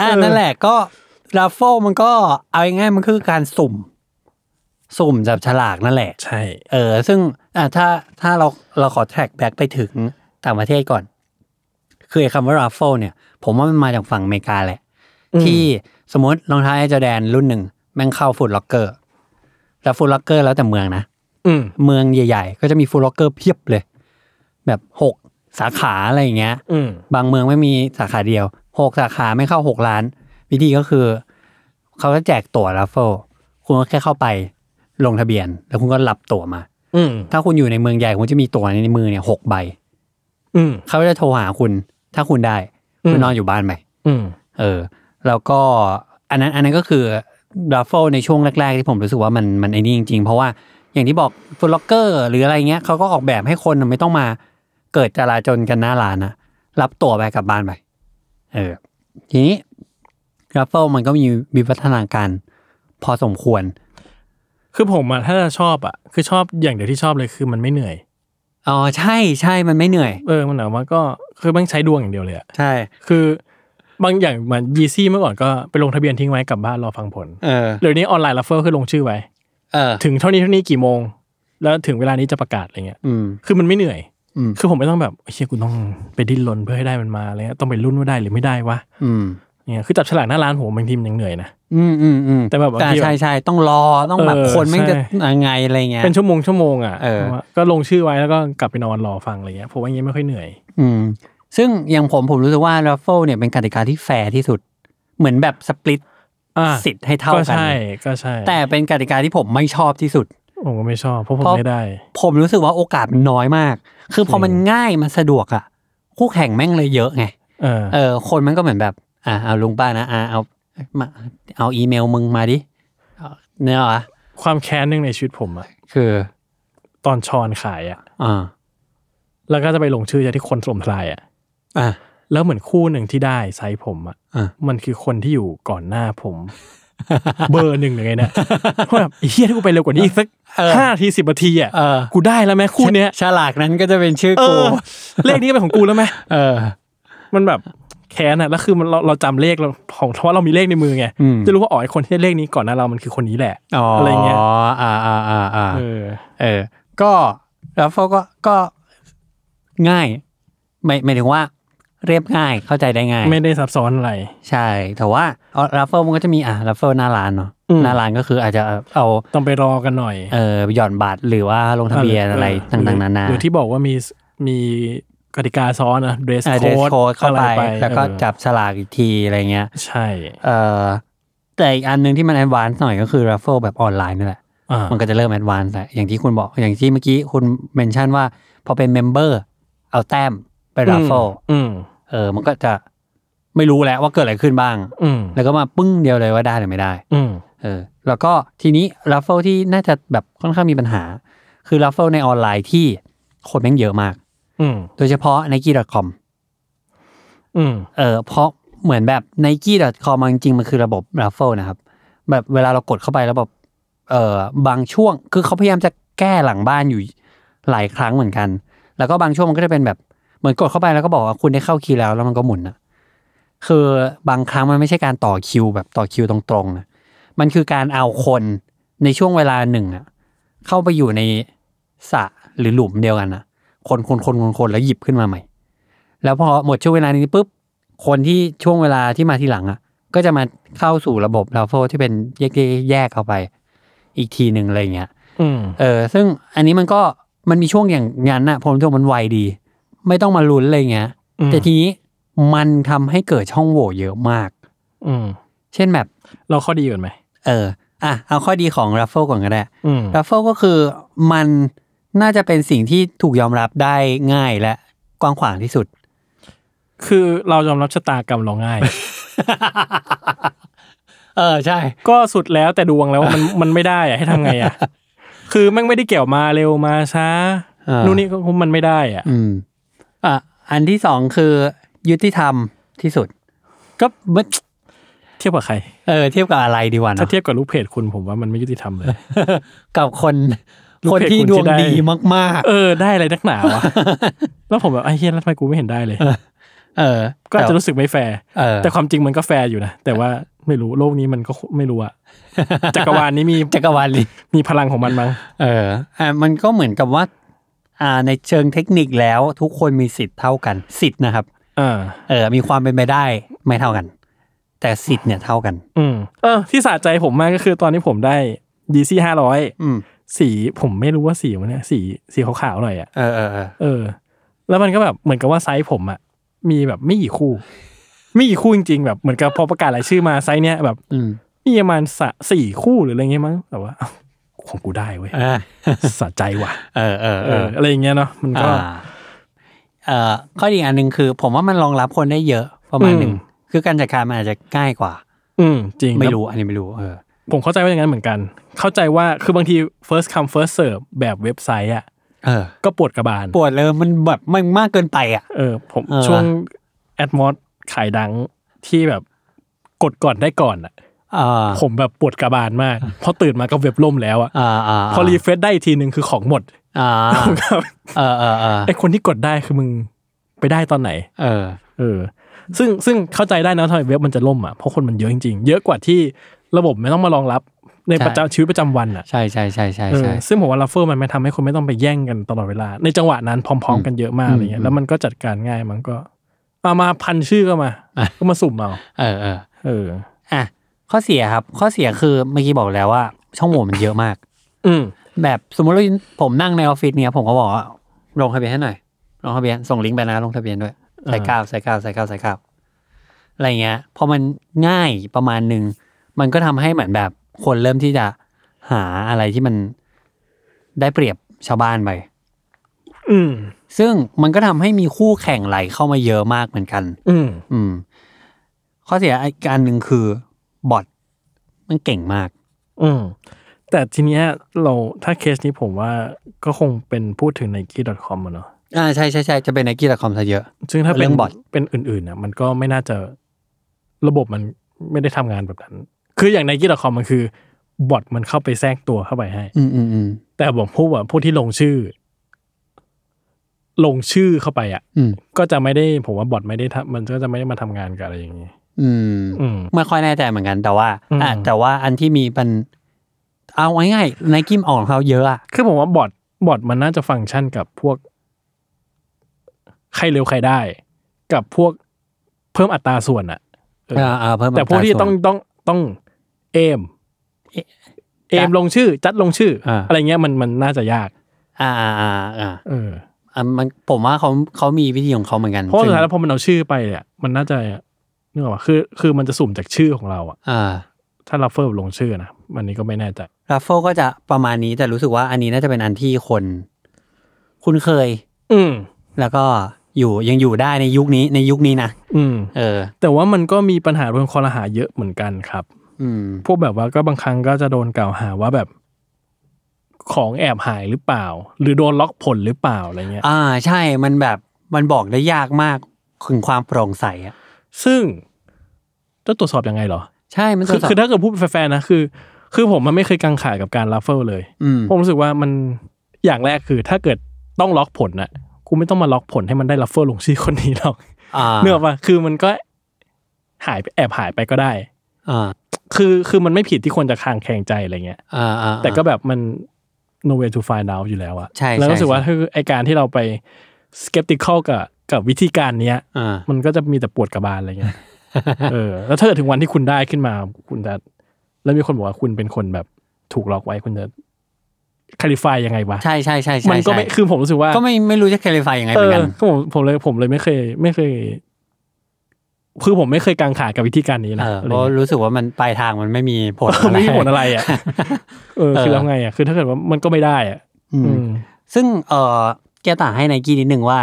อ่านั่นแหละก็ราฟเฟลมันก็เอาง่ายๆมันคือการสุ่ม สุ่มจับฉลากนั่นแหละ
ใช่
เออ ซึ่งอ่ะถ้าถ้าเราเราขอแทร็กแบ็กไปถึงต่างประเทศก่อน คือไอ้คำว่าราฟเฟลเนี่ย ผมว่ามันมาจากฝั่งอเมริกาแหละ ที่สมมติรองเท้าไอ้จอร์แดนรุ่นหนึ่งแม่งเข้าฟุตล็อกเกอร์ แล้วฟุตล็อกเกอร์แล้วแต่เมืองนะ
อืม
เมืองใหญ่ๆ ก็จะมีฟูลล็อกเกอร์เพียบเลย แบบหกสาขาอะไรอย่างเงี้ย
อืม
บางเมืองไม่มีสาขาเดียวหกสาขาไม่เข้าหกล้าน วิธีก็คือ เขาจะแจกตั๋วรัฟเฟิลคุณก็แค่เข้าไปลงทะเบียน แล้วคุณก็รับตั๋วมา
อืม
ถ้าคุณอยู่ในเมืองใหญ่คุณจะมีตั๋วในมือเนี่ยหกใบ
อืม
เขาจะโทรหาคุณ ถ้าคุณได้ คุณ
อืม
นอนอยู่บ้านไป
อืม
เออแล้วก็อันนั้นอันนั้นก็คือดัฟเฟิลในช่วงแรก ๆ ที่ผมรู้สึกว่ามันมันไอ้นี่จริง ๆ เพราะว่าอย่างที่บอกฟุตล็อกเกอร์หรืออะไรเงี้ยเขาก็ออกแบบให้คนน่ะไม่ต้องมาเกิดจราจนกันหน้าร้านนะรับตั๋วไปกลับบ้านไปเออทีนี้ดัฟเฟิลมันก็มีวิวัฒนาการพอสมควร
คือผมอะถ้าจะชอบอะคือชอบอย่างเดียวที่ชอบเลยคือมันไม่เหนื่อย
อ๋อใช่ใช่มันไม่เหนื่อย
เออมันหมายความว่าก็คือมันใช้ดวงอย่างเดียวเลยอะ
ใช่
คือบางอย่างเหมือนยีซี่เมื่อก่อนก็ไปลงทะเบียนทิ้งไว้กลับบ้านรอฟังผล
เออ
เดี๋ยวนี้ออนไลน์รัฟเฟอร์คือลงชื่อไว้
เออ
ถึงเท่านี้เท่านี้กี่โมง แล้วถึงเวลานี้จะประกาศอะไรเงี้ย
อืม
คือมันไม่เหนื่อย
อืม
คือผมไม่ต้องแบบเฮียกูต้องไปดิ้นรนเพื่อให้ได้มันมาอะไรเงี้ยต้องไปรุ่นว่าได้หรือไม่ได้วะ
อืม
เนี่ยคือจับฉลากหน้าร้านผมบางทีมันยังเหนื่อยนะ
อืมอืมอืม
แต่แบบบาง
อ่า
ทีแบบ
ใช่ใช่ต้องรอต้องแบบ
เออ
คนไม่งจะ
ใช่
ยังไงอะไรเงี้ย
เป็นชั่วโมงชั่วโมงอ่ะ
เออ
ก็ลงชื่อไว้แล้วก็กลับไปนอนรอฟังอะไรเงี้ยผมว่าอย่างเงี้ยไม่ค่อยเหนื่อย
อืม ซึ่งอย่างผมผมรู้สึกว่ารัฟเฟิลเนี่ยเป็นกติกาที่แฟร์ที่สุด เหมือนแบบสปลิต
อ่ะ
สิทธิ์ให้เท่า
ก็
กัน
ใช่ก็ใช่
แต่เป็นกติกาที่ผมไม่ชอบที่สุด
ผมก็ไม่ชอบเพราะผม
เพราะ
ไม่ได้
ผมรู้สึกว่าโอกาสมันน้อยมาก คือพอ
จริง
มันง่ายมันสะดวกอะคู่แข่งแม่งเลยเยอะไง
เออ
เออ คนมันก็เหมือนแบบ อ่าเอาลุงป้านะอ่าเอามาเอาอีเมลมึงมาดิเอาเนี่ยเหรอ
ความแค้นหนึ่งในชีวิตผมอะ
คือ
ตอนชอนขายอะ
อ่า
แล้วก็จะไปลงชื่อที่คนสมทลายอะ
อ่า
แล้วเหมือนคู่หนึ่งที่ได้ไซส์ผมอะ
อ่ะ
มันคือคนที่อยู่ก่อนหน้าผม เบอร์หนึ่งหรือไงเนี่ยเพราะแบบไอ้เฮียถ้ากูไปเร็วกว่านี้อีกสักห้าทีสิบนาทีอะ
เออ
กูได้ แล้วไหมคู่เนี้ย
ฉลากนั้นก็จะเป็นชื่อ
เอ
กู
อเลขนี้ก็เป็นของกูแล้วไหม
เออ
มันแบบแค้นอะแล้วคือมันเราเราจำเลขเราของเพราะเรามีเลขในมือไง
อืม
จะรู้ว่าอ๋อไอ้คนที่ได้เลขนี้ก่อนหน้าเรามันคือคนนี้แหละ
อ๋อ
อะไรเงี้ย
อ่าอ่าอ่าอ่า
เออ
เออ ก็แล้วเขาก็ก็ง่ายไม่ไม่ถึงว่าเรียบง่ายเข้าใจได้ง่าย
ไม่ได้ซับซ้อนอะไร
ใช่ แต่ว่ารัฟเฟิลมันก็จะมีอ่ะรัฟเฟิลหน้าร้านเนาะ
อืม
หน้าร้านก็คืออาจจะเอา
ต้องไปรอกันหน่อย
เอ่อหย่อนบัตรหรือว่าลงทะเบียนอะไร
เออ
ต่างๆนานา
หรือที่บอกว่ามีมีกติกาซ้อนนะ dress
เดส
code
โค้ดเข้า
อะไร
ไป
ไป
แล้วก็
เออ
จับสลากอีกทีอะไรเงี้ย
ใช่
เอ่อแต่อีกอันหนึงที่มันแอดวานซ์หน่อยก็คือรัฟเฟิลแบบออนไลน์นี่แหละ
อ่า
มันก็จะเริ่มแอดวานซ์แหละอย่างที่คุณบอกอย่างที่เมื่อกี้คุณเมนชั่นว่า พอเป็นเมมเบอร์เอาแต้มไปรัฟเฟิล
อืม
เออ มันก็จะไม่รู้แล้วว่าเกิดอะไรขึ้นบ้าง
อืม
แล้วก็มาปึ้งเดียวเลยว่าได้หรือไม่ได้
อืม
เออ แล้วก็ทีนี้รัฟเฟิลที่น่าจะแบบค่อนข้างมีปัญหา คือรัฟเฟิลในออนไลน์ที่คนแม่งเยอะมาก
อืม
โดยเฉพาะ n i k e c o m
อืม
เออเพราะเหมือนแบบ n i k e c o m จริงๆ มันคือระบบรัฟเฟิลนะครับ แบบเวลาเรากดเข้าไปแล้วแบบเออบางช่วง คือเขาพยายามจะแก้หลังบ้านอยู่หลายครั้งเหมือนกัน แล้วก็บางช่วงมันก็จะเป็นแบบเหมือนกดเข้าไปแล้วก็บอกว่าคุณได้เข้าคิวแล้วแล้วมันก็หมุนนะคือบางครั้งมันไม่ใช่การต่อคิว แบบต่อคิวตรงๆนะมันคือการเอาคนในช่วงเวลาหนึ่งอะเข้าไปอยู่ในสระหรือหลุมเดียวกันนะคนคนคนคนคนแล้วหยิบขึ้นมาใหม่ แล้วพอหมดช่วงเวลานี้ปุ๊บคนที่ช่วงเวลาที่มาทีหลังอะก็จะมาเข้าสู่ระบบลาโฟที่เป็นแยกๆแยกเข้าไป อีกทีหนึ่งอะไรอย่างเงี้ย
อืม
เออซึ่งอันนี้มันก็มันมีช่วงอย่างงั้นน่ะผมรู้สึกว่ามันไวดี ไม่ต้องมาลุ้นอะไรเงี้ย
อืม
แต่ทีนี้มันทำให้เกิดช่องโหว่เยอะมาก
อืม
เช่นแบบ
เราข้อดีก่อนไหม
เอออ่ะเอาข้อดีของรัฟเฟิลก่อนก็ได้
อืม
รัฟเฟิลก็คือมันน่าจะเป็นสิ่งที่ถูกยอมรับได้ง่ายและกว้างขวางที่สุด
คือเรายอมรับชะตากรรมเราง่าย
เออใช่
ก็สุดแล้วแต่ดวงแล้วว่ามัน มันไม่ได้อะให้ทำไงอะคือแม่งไม่ได้เกี่ยวมาเร็วมาช้า
เออ
นู่นนี่ก็มันไม่ได้อ่ะ
อืมอ่ะอันที่สองคือยุติธรรมที่สุด ก็ไม่
เทียบกับใคร
เออเทียบกับอะไรดีวะ
ถ้า
เนาะ
เทียบกับลูกเพจคุณผมว่ามันไม่ยุติธรรมเลย
กับคน
ลูก
คน
เพจ
ที่
คุณ
ด
ที่
วง
ได้
ดีมาก
เออได้อะไรนักห นาวะ แล้วผมแบบไอ้เฮียแล้วทำไมกูไม่เห็นได้เลย
ๆ เออ
ก็อาจจะรู้สึกไม่แฟร์
เออ
แต่ความจริงมันก็แฟร์อยู่นะ แต่ว่าไม่รู้โลกนี้มันก็ไม่รู้อะจักรวาลนี้มี
จักรวาลนี้
มีพลังของมันมั้ง
เอออ่ะมันก็เหมือนกับว่า อ่าในเชิงเทคนิคแล้วทุกคนมีสิทธิ์เท่ากันสิทธิ์นะครับ
อ่า
เออ มีความเป็นไปได้ไม่เท่ากัน แต่สิทธิ์เนี่ยเท่ากัน
อืมเออที่สะใจผมมากก็คือตอนที่ผมได้ดีซี่ห้าร้อย
อืม
สีผมไม่รู้ว่าสีมันเนี่ยสีสีขาวๆหน่อยอะ
เออเออเออ
เออ แล้วมันก็แบบเหมือนกับว่าไซส์ผมอะมีแบบไม่กี่คู่ ไม่กี่คู่จริงๆแบบเหมือนกับพอประกาศรายชื่อมาไซส์เนี้ยแบบ
อืม
มีประมาณสะสี่คู่หรืออะไรเงี้ยมั้งแต่ว่าอ้าวของกูได้เว้ย
อ่ะ
สะใจว่ะ
เออเออ
เอ
เอ
อ
อ
อะไรอย่างเงี้ยเนาะมันก็
อ่าเอ่อข้อดีอันหนึ่งคือ ผมว่ามันรองรับคนได้เยอะประมาณหนึ่ง
อืม
คือการจัดการมันอาจจะง่ายกว่า
อืมจริง
ไม่
แล้ว
รู้อันนี้ไม่รู้เออ
ผมเข้าใจว่าอย่างนั้นเหมือนกัน เข้าใจว่าคือบางที first come first serve แบบเว็บไซต์อ่ะ
เออ
ก็ปวดกระบาล
ปวดเลยมันแบบมันมากเกินไปอ่ะ
เออผม
เออ
ช่วงแอดมอสขายดังที่แบบกดก่อนได้ก่อนอ่ะ
อ่า
ผมแบบปวดกระบาลมากเพราะตื่นมาก็เว็บล่มแล้วอะ
อ่าา
พอรีเฟรชได้อีกทีหนึ่งคือของหมด
อ่า
ผมก็
เออเออเออ
ไอคนที่กดได้คือมึงไปได้ตอนไหน
เออ
เออ ซึ่งซึ่งเข้าใจได้นะทำไมเว็บมันจะล่มอ่ะ เพราะคนมันเยอะจริงๆ เยอะกว่าที่ระบบไม่ต้องมารองรับใน
ใช่
ประจำชีวิตประจำวันอ่ะ
ใช่ใช่ใช่ใช่
เออ
ใช่
ซึ่งผมว่าลัฟเฟอร์มันไม่ทำให้คนไม่ต้องไปแย่งกันตลอดเวลา ในจังหวะนั้นพร้อม ๆ กันเยอะมากอะไรเงี้ย แล้วมันก็จัดการง่ายมันก็เอามาพันชื่อก็ มา
อ่ะ
ก็มาสุ่มเอา
เออเออ
เออ
อ่ะข้อเสียครับ ข้อเสียคือเมื่อกี้บอกแล้วว่า ช่องโหว่มันเยอะมาก
อืม
แบบสมมติว่าผมนั่งในออฟฟิศเนี่ยผมก็บอกว่าลงทะเบียนให้หน่อยลงทะเบียนส่งลิงก์ไปนะลงทะเบียนด้วยใส่ก้าวใส่ก้าวใส่ก้าวใส่ก้าวอะไรเงี้ยพอมันง่ายประมาณหนึ่งมันก็ทำให้เหมือนแบบคนเริ่มที่จะหาอะไรที่มันได้เปรียบชาวบ้านไป
อืม
ซึ่งมันก็ทำให้มีคู่แข่งไหลเข้ามาเยอะมากเหมือนกัน
อืม
อืม ข้อเสียอีกอันหนึ่งคือบอทมันเก่งมาก
อืมแต่ทีเนี้ยเราถ้าเคสนี้ผมว่าก็คงเป็นพูดถึงใน k e y c o m อะเนาะ
อ่าใช่ใช่ใช่จะเป็นไนกี้ดอทคอมซะเยอะ
ซึ่งถ้า
เรื่
เป็น
องบอท
เป็นอื่นๆนะมันก็ไม่น่าจะระบบมันไม่ได้ทำงานแบบนั้น คืออย่างในกีฬาคอมมันคือบอทมันเข้าไปแทรกตัวเข้าไปให้
อืมอืมอืม
แต่ผมพูดว่าพวกที่ลงชื่อ ลงชื่อเข้าไปอ่ะ
อืม
ก็จะไม่ได้ผมว่าบอทไม่ได้ทำมันก็จะไม่ได้มาทำงานกับอะไรอย่างนี้
อืม
อืม
ไม่ค่อยแน่ใจเหมือนกัน แต่ว่า
อืม
อ่ะแต่ว่าอันที่มีเป็นเอาง่ายๆในกิมออกของเขาเยอะอะ
คือผมว่าบอทบอทมันน่าจะฟังก์ชันกับพวก ใครเร็วใครได้ กับพวกเพิ่มอัตราส่วนอ่ะ เออ
อ่าอ่าเพิ่ม
แต่พวกที่ต้อง
อัตราส่
ต้องต้องเอม
เอ
เอมลงชื่อ จัดลงชื่ออา อะไรเงี้ยมันมันน่าจะยาก
นอ่าอ่าอ่าอ่า
เออ
อ่ะมันผมว่าเขาเขามีวิธีของเขาเหมือนกัน
เพราะว่าสุดท้าย
ซึ่ง
แล้วพอมันเอาชื่อไปเนี่ยมันน่าจะนึกออกปะคือ คือมันจะสุ่มจากชื่อของเราอะ
อ่า
ถ้าเราเฟิร์มลงชื่อนะมันนี้ก็ไม่แน่ใจ
ราฟเฟลก็จะประมาณนี้แต่รู้สึกว่าอันนี้น่าจะเป็นอันที่คน คุ้นเคย
อืม
แล้วก็อยู่ยังอยู่ได้ในยุคนี้ในยุคนี้นะ
อืม
เออ
แต่ว่ามันก็มีปัญหาเรื่องคอรหาเยอะเหมือนกันครับ
อืม
พวกแบบว่าก็บางครั้งก็จะโดนกล่าวหาว่าแบบของแอบหายหรือเปล่า หรือโดนล็อกผลหรือเปล่าอะไรเงี้ย
อ่าใช่มันแบบมันบอกได้ยากมากถึงความโปร่งใสอ่ะ
ซึ่งจะตรวจสอบยังไงเหรอ
ใช่มันตร
คื
วจ
อ
สอบ
คือถ้าเกิดพูดแฟนๆนะคือ คือผมมันไม่เคยกังขากับการรัฟเฟิลเลย
อืม
ผมรู้สึกว่ามันอย่างแรกคือ ถ้าเกิดต้องล็อกผลน่ะกูไม่ต้องมาล็อกผลให้มันได้รัฟเฟิลลงชื่อคนนี้หรอก
อ่า
เนื้อว่าคือมันก็หายไปแอบหายไปก็ได้
อ่า
คือคือมันไม่ผิดที่คนจะคลางแคลงใจอะไรเงี้ย
อ่าอ่า
แต่ก็แบบมัน no way to find out อยู่แล้วอะ
ใช่ใช่
แล้วรู้สึกว่า
ใช่
คือไอการที่เราไป skeptical กับกับวิธีการเนี้ย
อ่า
มันก็จะมีแต่ปวดกระบาลอะไรเงี้ย เออ แล้วถ้าเกิดถึงวันที่คุณได้ขึ้นมา คุณจะ แล้วมีคนบอกว่าคุณเป็นคนแบบถูกล็อกไว้คุณจะคลิฟายยังไงวะ
ใช่ใช่ใช่ใช่
มันก็ไม่
ใช่
คือผมรู้สึกว่า
ก็ไม่ไม่รู้จะ clarify ยังไง
เอ
เหมือ
อน
กัน
ผมผมเลยผมเลยไม่เคย ไม่เคย คือผมไม่เคยกังขากับวิธีการนี้นะ
เออ
อะไร
เพราะ
เงี้ย
รู้สึกว่ามันปลายทางมันไม่มีผล
ไม่มีผล
อะ
อะไร ไรอ่ะ เออ
เออ
คือแล้วไงอ่ะ คือถ้าเกิดว่ามันก็ไม่ได้อ่ะ
อืม
อืม
ซึ่งเออแกต่างให้ไนกี้นิดนึงว่า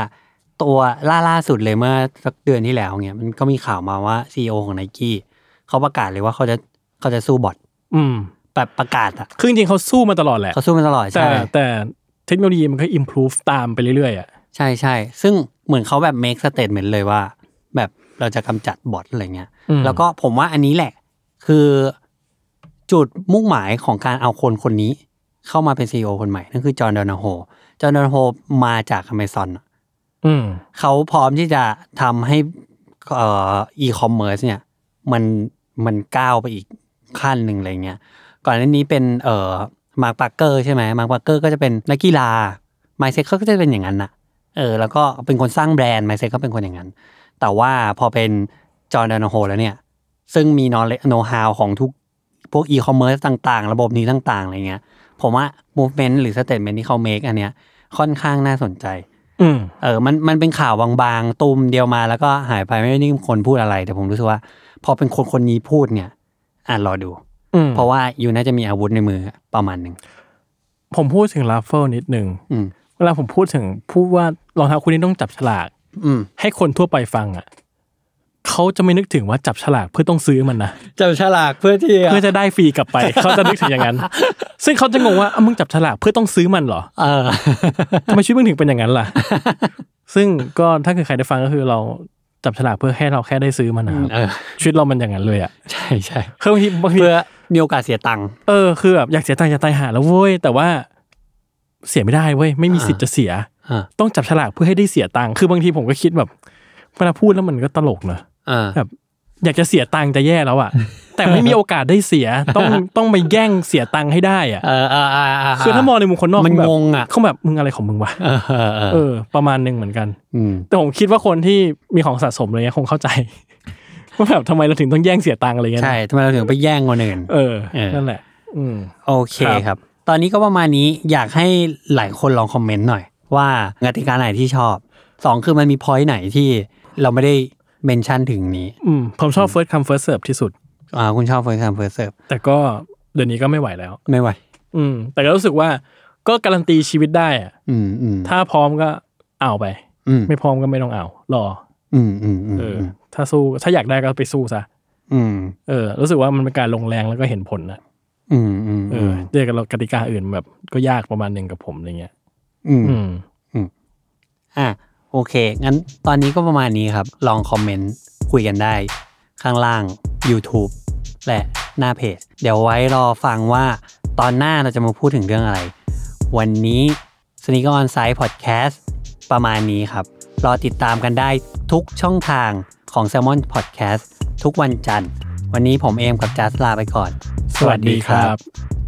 ตัวล่าล่าสุดเลยเมื่อสักเดือนที่แล้วเนี่ยมันก็มีข่าวมาว่าซีอของไนกี้เขาประกาศเลยว่าเขาจะเขาจะสู้บอท
อืม
แบบประกาศอ่ะ
คือจริงๆเขาสู้มาตลอดแหละ
เขาสู้มาตลอด
แต่
ใช่
แต่เทคโนโลยีมันก็ improve ตามไปเรื่อยๆอ่ะ
ใช่ใช่ ซึ่งเหมือนเขาแบบ make statement เลยว่า แบบเราจะกำจัดบอทอะไรเงี้ย
อืม
แล้วก็ผมว่าอันนี้แหละ คือจุดมุ่งหมายของการเอาคนคนนี้เข้ามาเป็น CEO คนใหม่ นั่นคือจอห์นดอนาโฮจอห์นดอนาโฮมาจาก Amazon อะ
อืม
เขาพร้อมที่จะทำให้เอ่อีคอมเมิร์ซเนี่ย มันมันก้าวไปอีกขั้นหนึ่งอะไรเงี้ย ก่อนหน้านี้เป็นเอ่อมาร์คปาร์เกอร์ใช่ไหมมาร์คปาร์เกอร์ก็จะเป็นนักกีฬาไมเซ็ตเขาก็จะเป็นอย่างนั้นนะเออ แล้วก็เป็นคนสร้างแบรนด์ไมเซ็ตก็เป็นคนอย่างนั้น แต่ว่าพอเป็นจอร์แดนโฮแล้วเนี่ย ซึ่งมีนอโนฮาวของทุกพวกอีคอมเมิร์ซต่างๆ ระบบนี้ต่างๆอะไรเงี้ย ผมว่า movement หรือ statement ที่เขา make อันเนี้ยค่อนข้างน่าสนใจ
อืม
เออ มัน มันเป็นข่าวบางๆ ตุมเดียวมาแล้วก็หายไปไม่ได้นิ่มีคนพูดอะไร แต่ผมรู้สึกว่า พอเป็นคนคนนี้พูดเนี่ย อ่านรอดู
อืม
เพราะว่าอยู่น่าจะมีอาวุธในมือประมาณหนึ่ง
ผมพูดถึงลาฟเฟิลนิดหนึ่ง
อืม
เวลาผมพูดถึงพูดว่ารองเท้าคู่นี้ต้องจับฉลาก
อืม
ให้คนทั่วไปฟังอ่ะเขาจะไม่นึกถึงว่าจับฉลากเพื่อต้องซื้อมันนะ
จับฉลากเพื่อที่
เพื่อจะได้ฟรีกลับไป เขาจะนึกถึ งอย่างนั้น ซึ่งเขาจะงงว่าอ้าวมึงจับฉลากเพื่อต้องซื้อมันเหรอ
เออ
ทำไมชีวิตมึงถึงเป็นอย่างนั้นล่ะ ซึ่งก็ถ้าเกิดใครได้ฟังก็คือเรา จับฉลากเพื่อแค่เราแค่ได้ซื้อมันนะครับ
เออ
ชีวิตเรามันอย่างนั้นเลยอ่ะ
ใช่ใช่
คือบางทีบางที
เพื่อมีโอกาสเสียตังค์
เออคือแบบอยากเสียตังค์อยากตายหาแล้วเว้ยแต่ว่าเสียไม่ได้เว้ยไม่มี
อ่า
สิทธิ์จะเสีย
อ่า
ต้องจับฉลากเพื่อให้ได้เสียตังค์คือบางทีผมก็คิดแบบเวลาพูดแล้วมันก็ตลกเนอะ
อ่า
แบบอยากจะเสียตังค์จะแย่แล้ว อ่ะ แต่ไม่มีโอกาสได้เสียต้องต้องมาแย่งเสียตังค์ให้ได้อ่ะ
เออเออเออเ
คือถ้ามองในมุมคนนอก
มัน
แบบ
งงอ่ะ
เขาแบบมึงอะไรของมึงวะ
เออเออเอ
เอ
อ
อ ประมาณหนึงเหมือนกัน
อืม
แต่ผมคิดว่าคนที่มีของสะสมอะไรเงี้ยคงเข้าใจ ว่าแบบทำไมเราถึงต้องแย่งเสียตังค์อะไรเงี้ย
ใช่
นะ
ทำไมเราถึงไปแย่งคนอื่น
เออ
เออ
นั่นแหละ อืม
โอเค
ครับ
ครับ ตอนนี้ก็ประมาณนี้อยากให้หลายคนลองคอมเมนต์หน่อย ว่ากติกาไหนที่ชอบสองคือมันมีพอยต์ไหนที่เราไม่ได้เมนชั่นถึงนี้
อืมผมชอบ first come first serve ที่สุด
อ่าคุณชอบ first come first serve
แต่ก็เดี๋ยวนี้ก็ไม่ไหวแล้ว
ไม่ไหว
อืม แต่ก็รู้สึกว่าก็การันตีชีวิตได้อะ
อืมอืม
ถ้าพร้อมก็เอาไป
อืม
ไม่พร้อมก็ไม่ต้องเอา รอ
อืมอืมอืม
เอออถ้าสู้ถ้าอยากได้ก็ไปสู้ซะ
อืม
เออ รู้สึกว่ามันเป็นการลงแรงแล้วก็เห็นผลนะ
อืมอืม
เออเจอกับเรากติกาอื่นแบบก็ยากประมาณหนึ่งกับผมอะไรเงี้ย
อืม
อืม
อ่ะโอเค งั้นตอนนี้ก็ประมาณนี้ครับ ลองคอมเมนต์คุยกันได้ ข้างล่าง YouTube และหน้าเพจ เดี๋ยวไว้รอฟังว่าตอนหน้าเราจะมาพูดถึงเรื่องอะไร วันนี้สนิกออนไซด์พอดแคสต์ประมาณนี้ครับ รอติดตามกันได้ทุกช่องทางของ s ซ l m o n Podcast ทุกวันจันทร์ วันนี้ผมเอมกับจัสลาไปก่อน
สวัสดีครับ